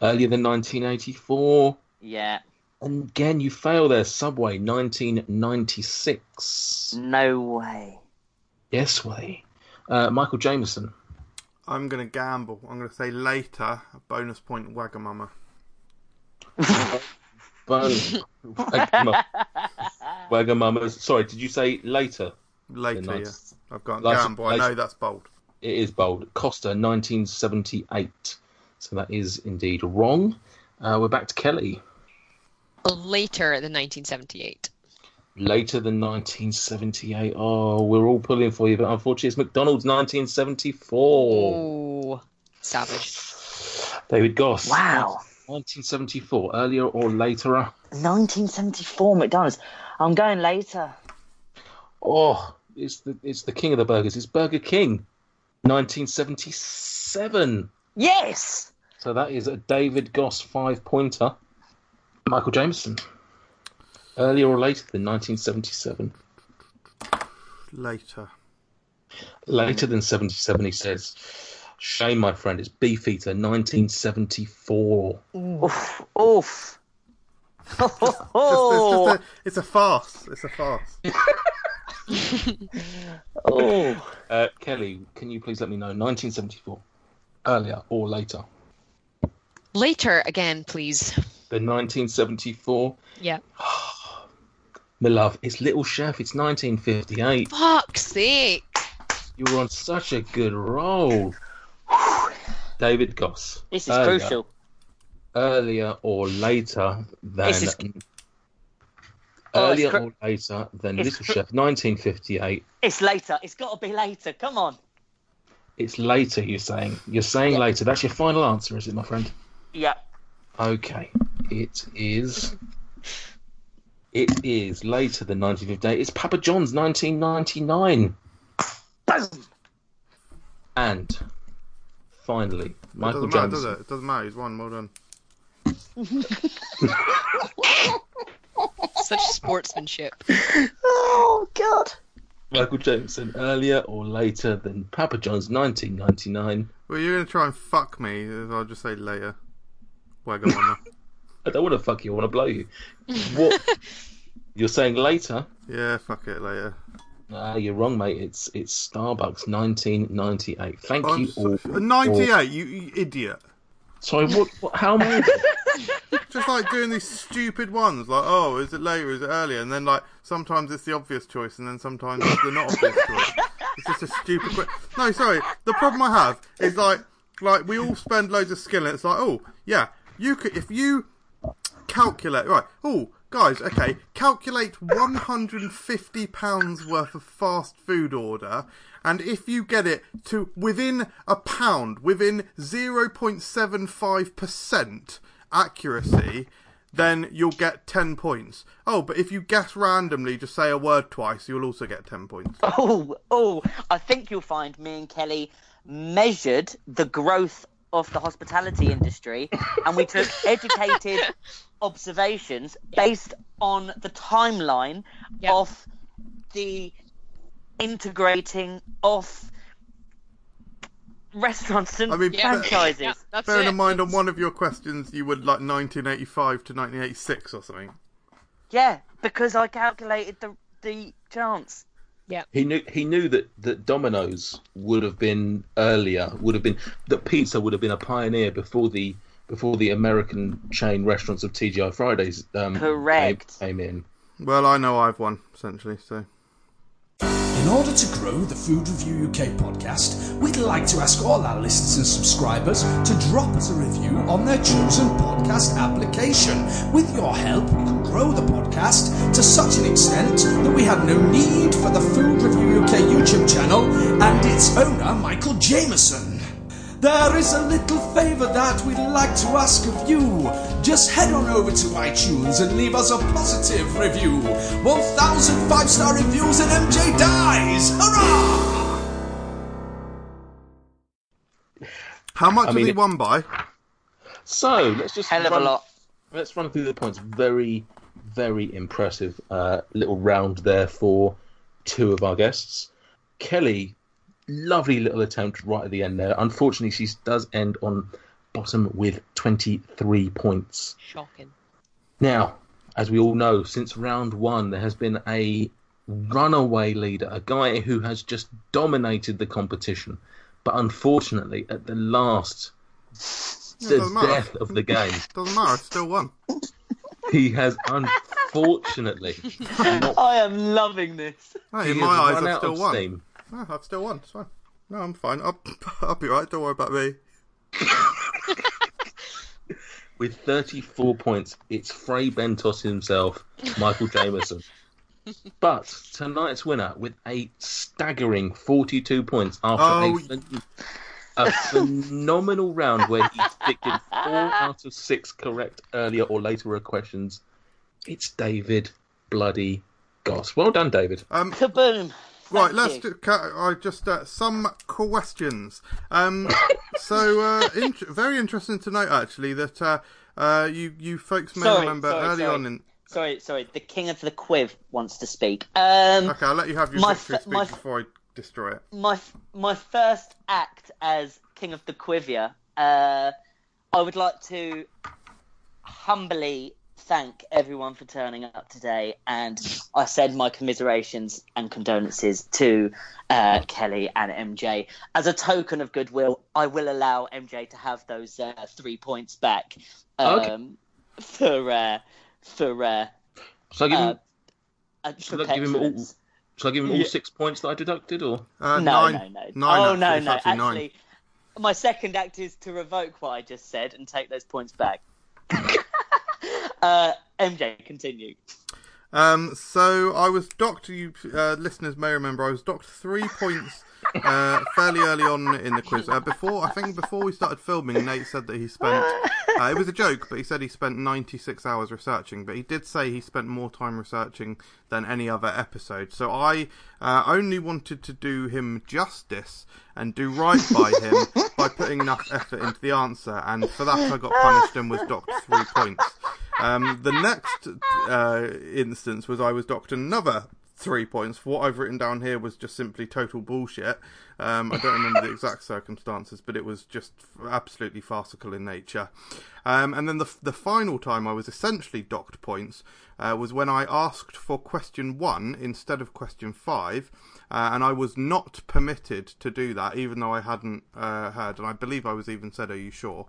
Earlier than 1984. Yeah. And again, you fail there. Subway, 1996. No way. Yes, way. Uh, Michael Jameson. I'm going to gamble. I'm going to say later, bonus point Wagamama. Bonus. Wagamama. Wagamama's. Sorry, did you say later? Later, yeah. Nice. I've got Nice. gamble. I Nice. know that's bold. It is bold. Costa, 1978. So that is indeed wrong. Uh, we're back to Kelly. Later than 1978. Later than 1978. Oh, we're all pulling for you, but unfortunately, it's McDonald's 1974. Oh, savage. David Goss. Wow. 1974. Earlier or later? 1974 McDonald's. I'm going later. Oh, it's the it's the king of the burgers. It's Burger King, 1977. Yes. So that is a David Goss five pointer. Michael Jameson. Earlier or later than 1977. Later. Later than 77, he says. Shame, my friend. It's Beefeater, 1974. Oof. Oof. It's, Oh. just a, it's a farce. It's a farce. Oh. Uh, Kelly, can you please let me know 1974? Earlier or later Later again, please. than 1974? Yeah. My love, it's Little Chef. It's 1958. Fuck's sake. You were on such a good roll. David Goss. This is Earlier- crucial. Earlier or later than. This is- Oh, it's Earlier cru- or later than It's Little cru- Chef, 1958. It's later. It's got to be later. Come on. It's later, you're saying. You're saying later. That's your final answer, is it, my friend? Yeah. Okay. It is. It is later than 1958. It's Papa John's 1999. Boom. And finally, Michael doesn't matter, James. does it? It doesn't matter. He's one. Well done. Such sportsmanship. Oh God. Michael Jameson earlier or later than Papa John's 1999. Well, you're going to try and fuck me. I'll just say later. Wagamama. I don't want to fuck you. I want to blow you. What? You're saying later? yeah, fuck it, later. Ah, you're wrong, mate. It's it's Starbucks 1998. Thank Oh, I'm you all. so- for- 98, you, you idiot. Sorry, what? what how many? Just like doing these stupid ones, like, oh, is it later, is it earlier? And then, like, sometimes it's the obvious choice, and then sometimes it's the not obvious choice. It's just a stupid question. No, sorry. The problem I have is, like, like we all spend loads of skill, and it's like, oh, yeah, you could, if you calculate, right, oh, guys, okay, calculate £150 worth of fast food order, and if you get it to within a pound, within 0.75% accuracy, then you'll get 10 points. Oh, but if you guess randomly, just say a word twice, you'll also get 10 points. Oh, oh, I think you'll find me and Kelly measured the growth of the hospitality industry and we took educated observations based on the timeline Yep. of the integrating of restaurants and I mean, Yeah. franchises. Yeah, that's Bearing it. in mind, on one of your questions, you would like 1985 to 1986 or something. Yeah, because I calculated the the chance. He knew he knew that that Domino's would have been earlier, would have been that pizza would have been a pioneer before the before the American chain restaurants of TGI Fridays um, Correct. came, came in. Well, I know I've won, essentially, so. In order to grow the Food Review UK podcast, we'd like to ask all our listeners and subscribers to drop us a review on their chosen podcast application. With your help, we can grow the podcast to such an extent that we have no need for the Food Review UK YouTube channel and its owner, Michael Jameson. There is a little favour that we'd like to ask of you. Just head on over to iTunes and leave us a positive review. 1,000 five star reviews and MJ dies! Hurrah! How much mean, have he it- won by? So let's just Hell of a run- lot. Let's run through the points. Very, very impressive uh, little round there for two of our guests. Kelly, lovely little attempt right at the end there. Unfortunately, she does end on bottom with 23 points. Shocking. Now, as we all know, since round one, there has been a runaway leader, a guy who has just dominated the competition. But unfortunately, at the last, the doesn't matter. death of the game, Doesn't matter. I still won. he has unfortunately I am loving this. No, he in has my eyes, run I've out still of won. steam. No, I've still won. It's fine. No, I'm fine. I'll, I'll be right. Don't worry about me. With 34 points, it's Frey Bentos himself, Michael Jameson. but tonight's winner with a staggering 42 points after Oh. a, phen- a phenomenal round where he predicted four out of six correct earlier or later questions. It's David Bloody Goss. Well done, David. Um, Kaboom. Right, Thank let's you. do, ca- I just uh, some questions. Um, so uh, in- very interesting to note actually that uh, uh, you you folks may Sorry, remember sorry, early sorry. on in. Sorry, sorry. The king of the quiv wants to speak. Um, Okay, I'll let you have your My victory f- speech my f- before I destroy it. my my first act as king of the Quivia, uh, I would like to humbly thank everyone for turning up today, and I send my commiserations and condolences to uh, Kelly and MJ. As a token of goodwill, I will allow MJ to have those uh, three points back um, Okay. for uh, for uh, Shall I give uh, him, uh, shall for I give him all- petulance. shall I give him all yeah. six points that I deducted? Or Uh, no, nine, no, no. nine, oh, actually, no, it's no. actually nine. my second act is to revoke what I just said and take those points back. uh, MJ, continue. Um, so I was docked. You uh, listeners may remember I was docked three points uh, fairly early on in the quiz. Uh, before I think before we started filming, Nate said that he spent. Uh, it was a joke, but he said he spent 96 hours researching. But he did say he spent more time researching than any other episode. So I uh, only wanted to do him justice and do right by him by putting enough effort into the answer. And for that, I got punished and was docked three points. Um, the next uh, instance was I was docked another three points. What I've written down here was just simply total bullshit. Um, I don't remember the exact circumstances, but it was just absolutely farcical in nature. Um, and then the the final time I was essentially docked points uh, was when I asked for question one instead of question five, uh, and I was not permitted to do that, even though I hadn't uh, heard. And I believe I was even said, "Are you sure?"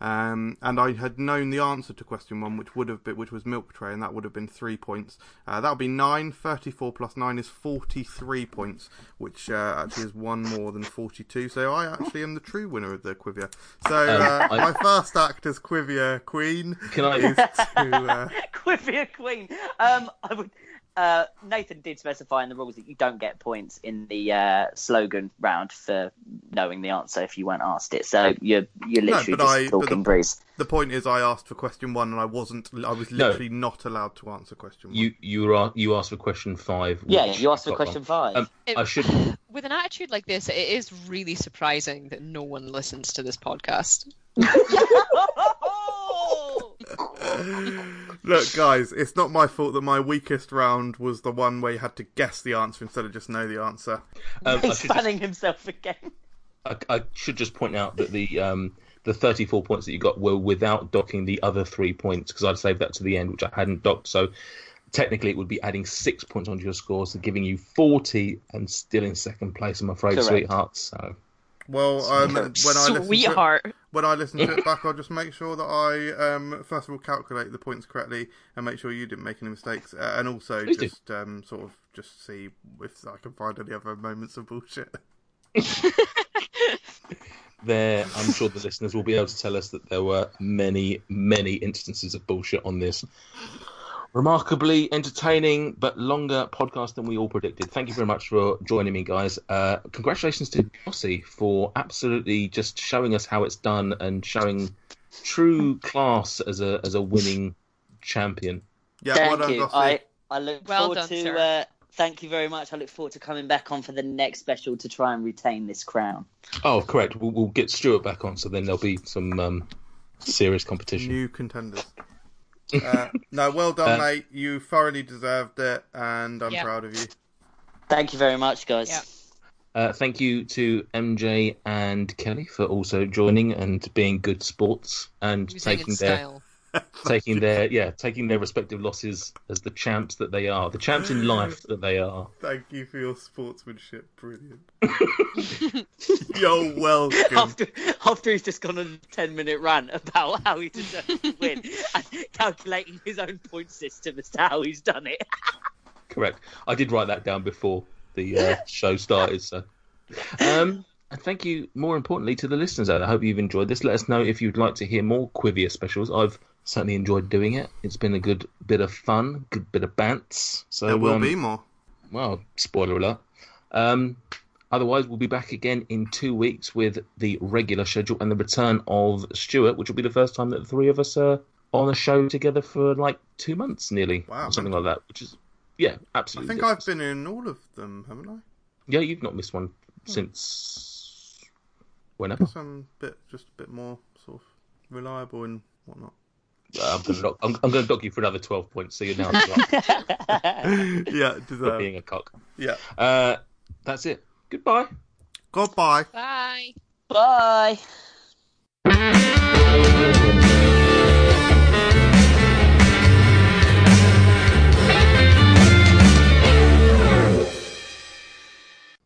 Um, and I had known the answer to question one, which would have been, which was milk tray, and that would have been three points. Uh, that would be nine. Thirty-four plus nine is forty-three points, which uh, actually is one more than forty-two. So I actually am the true winner of the Quivia. So uh, Um, I- my first act as Quivia Queen can I? is to uh, Quivia Queen. Um, I would. Uh, Nathan did specify in the rules that you don't get points in the uh, slogan round for knowing the answer if you weren't asked it. So you're you're No, literally but just I- but talking the- breeze. the point is I asked for question one and I wasn't. I was No. literally not allowed to answer question one. You you were a- you asked for question five. Yeah, which you asked for got wrong. question five. Um, I should With an attitude like this, it is really surprising that no one listens to this podcast. Look, guys, it's not my fault that my weakest round was the one where you had to guess the answer instead of just know the answer. um, I He's should just fanning himself again. I, I should just point out that the um, the 34 points that you got were without docking the other three points because I'd saved that to the end, which I hadn't docked. So technically, it would be adding six points onto your score, so giving you 40 and still in second place. I'm afraid, Correct. sweethearts. So Well, um, when I listen to it, Sweetheart. when I listen to it back, I'll just make sure that I um, first of all calculate the points correctly and make sure you didn't make any mistakes, uh, and also Please do. just um, sort of just see if I can find any other moments of bullshit. there, I'm sure the listeners will be able to tell us that there were many, many instances of bullshit on this. Remarkably entertaining, but longer podcast than we all predicted. Thank you very much for joining me, guys. Uh, congratulations to Jossie for absolutely just showing us how it's done and showing true class as a as a winning champion. Yeah, Thank well done, you. Gossie. I, I look Well forward done, to. sir. Uh, thank you very much. I look forward to coming back on for the next special to try and retain this crown. Oh, correct. We'll, we'll get Stuart back on, so then there'll be some um, serious competition. New contenders. Uh, no, well done, Uh, mate. You thoroughly deserved it, and I'm Yeah. proud of you. Thank you very much, guys. Yeah. Uh, thank you to MJ and Kelly for also joining and being good sports and Using taking in their style. taking their yeah taking their respective losses as the champs that they are, the champs Mm. in life that they are. Thank you for your sportsmanship. Brilliant. You're welcome. After, after he's just gone on a 10 minute rant about how he deserves to win and calculating his own point system as to how he's done it. Correct. I did write that down before the uh, show started. So, um, and thank you. More importantly, to the listeners out. there. I hope you've enjoyed this. Let us know if you'd like to hear more Quivia specials. I've certainly enjoyed doing it. It's been a good bit of fun, good bit of bants. So There will um, be more. well, spoiler alert. Um, otherwise, we'll be back again in two weeks with the regular schedule and the return of Stuart, which will be the first time that the three of us are on a show together for like two months nearly, Wow. or something like that. Which is, yeah, I absolutely. think I've been in all of them, haven't I? Yeah, you've not missed one since uh, whenever. Some bit, just a bit more sort of reliable and whatnot. Uh, I'm going to dock, I'm, I'm going to dock you for another twelve points. So you're now right yeah, for deserved. being a cock. Yeah. Uh, that's it. Goodbye. Goodbye. Bye. Bye. Bye.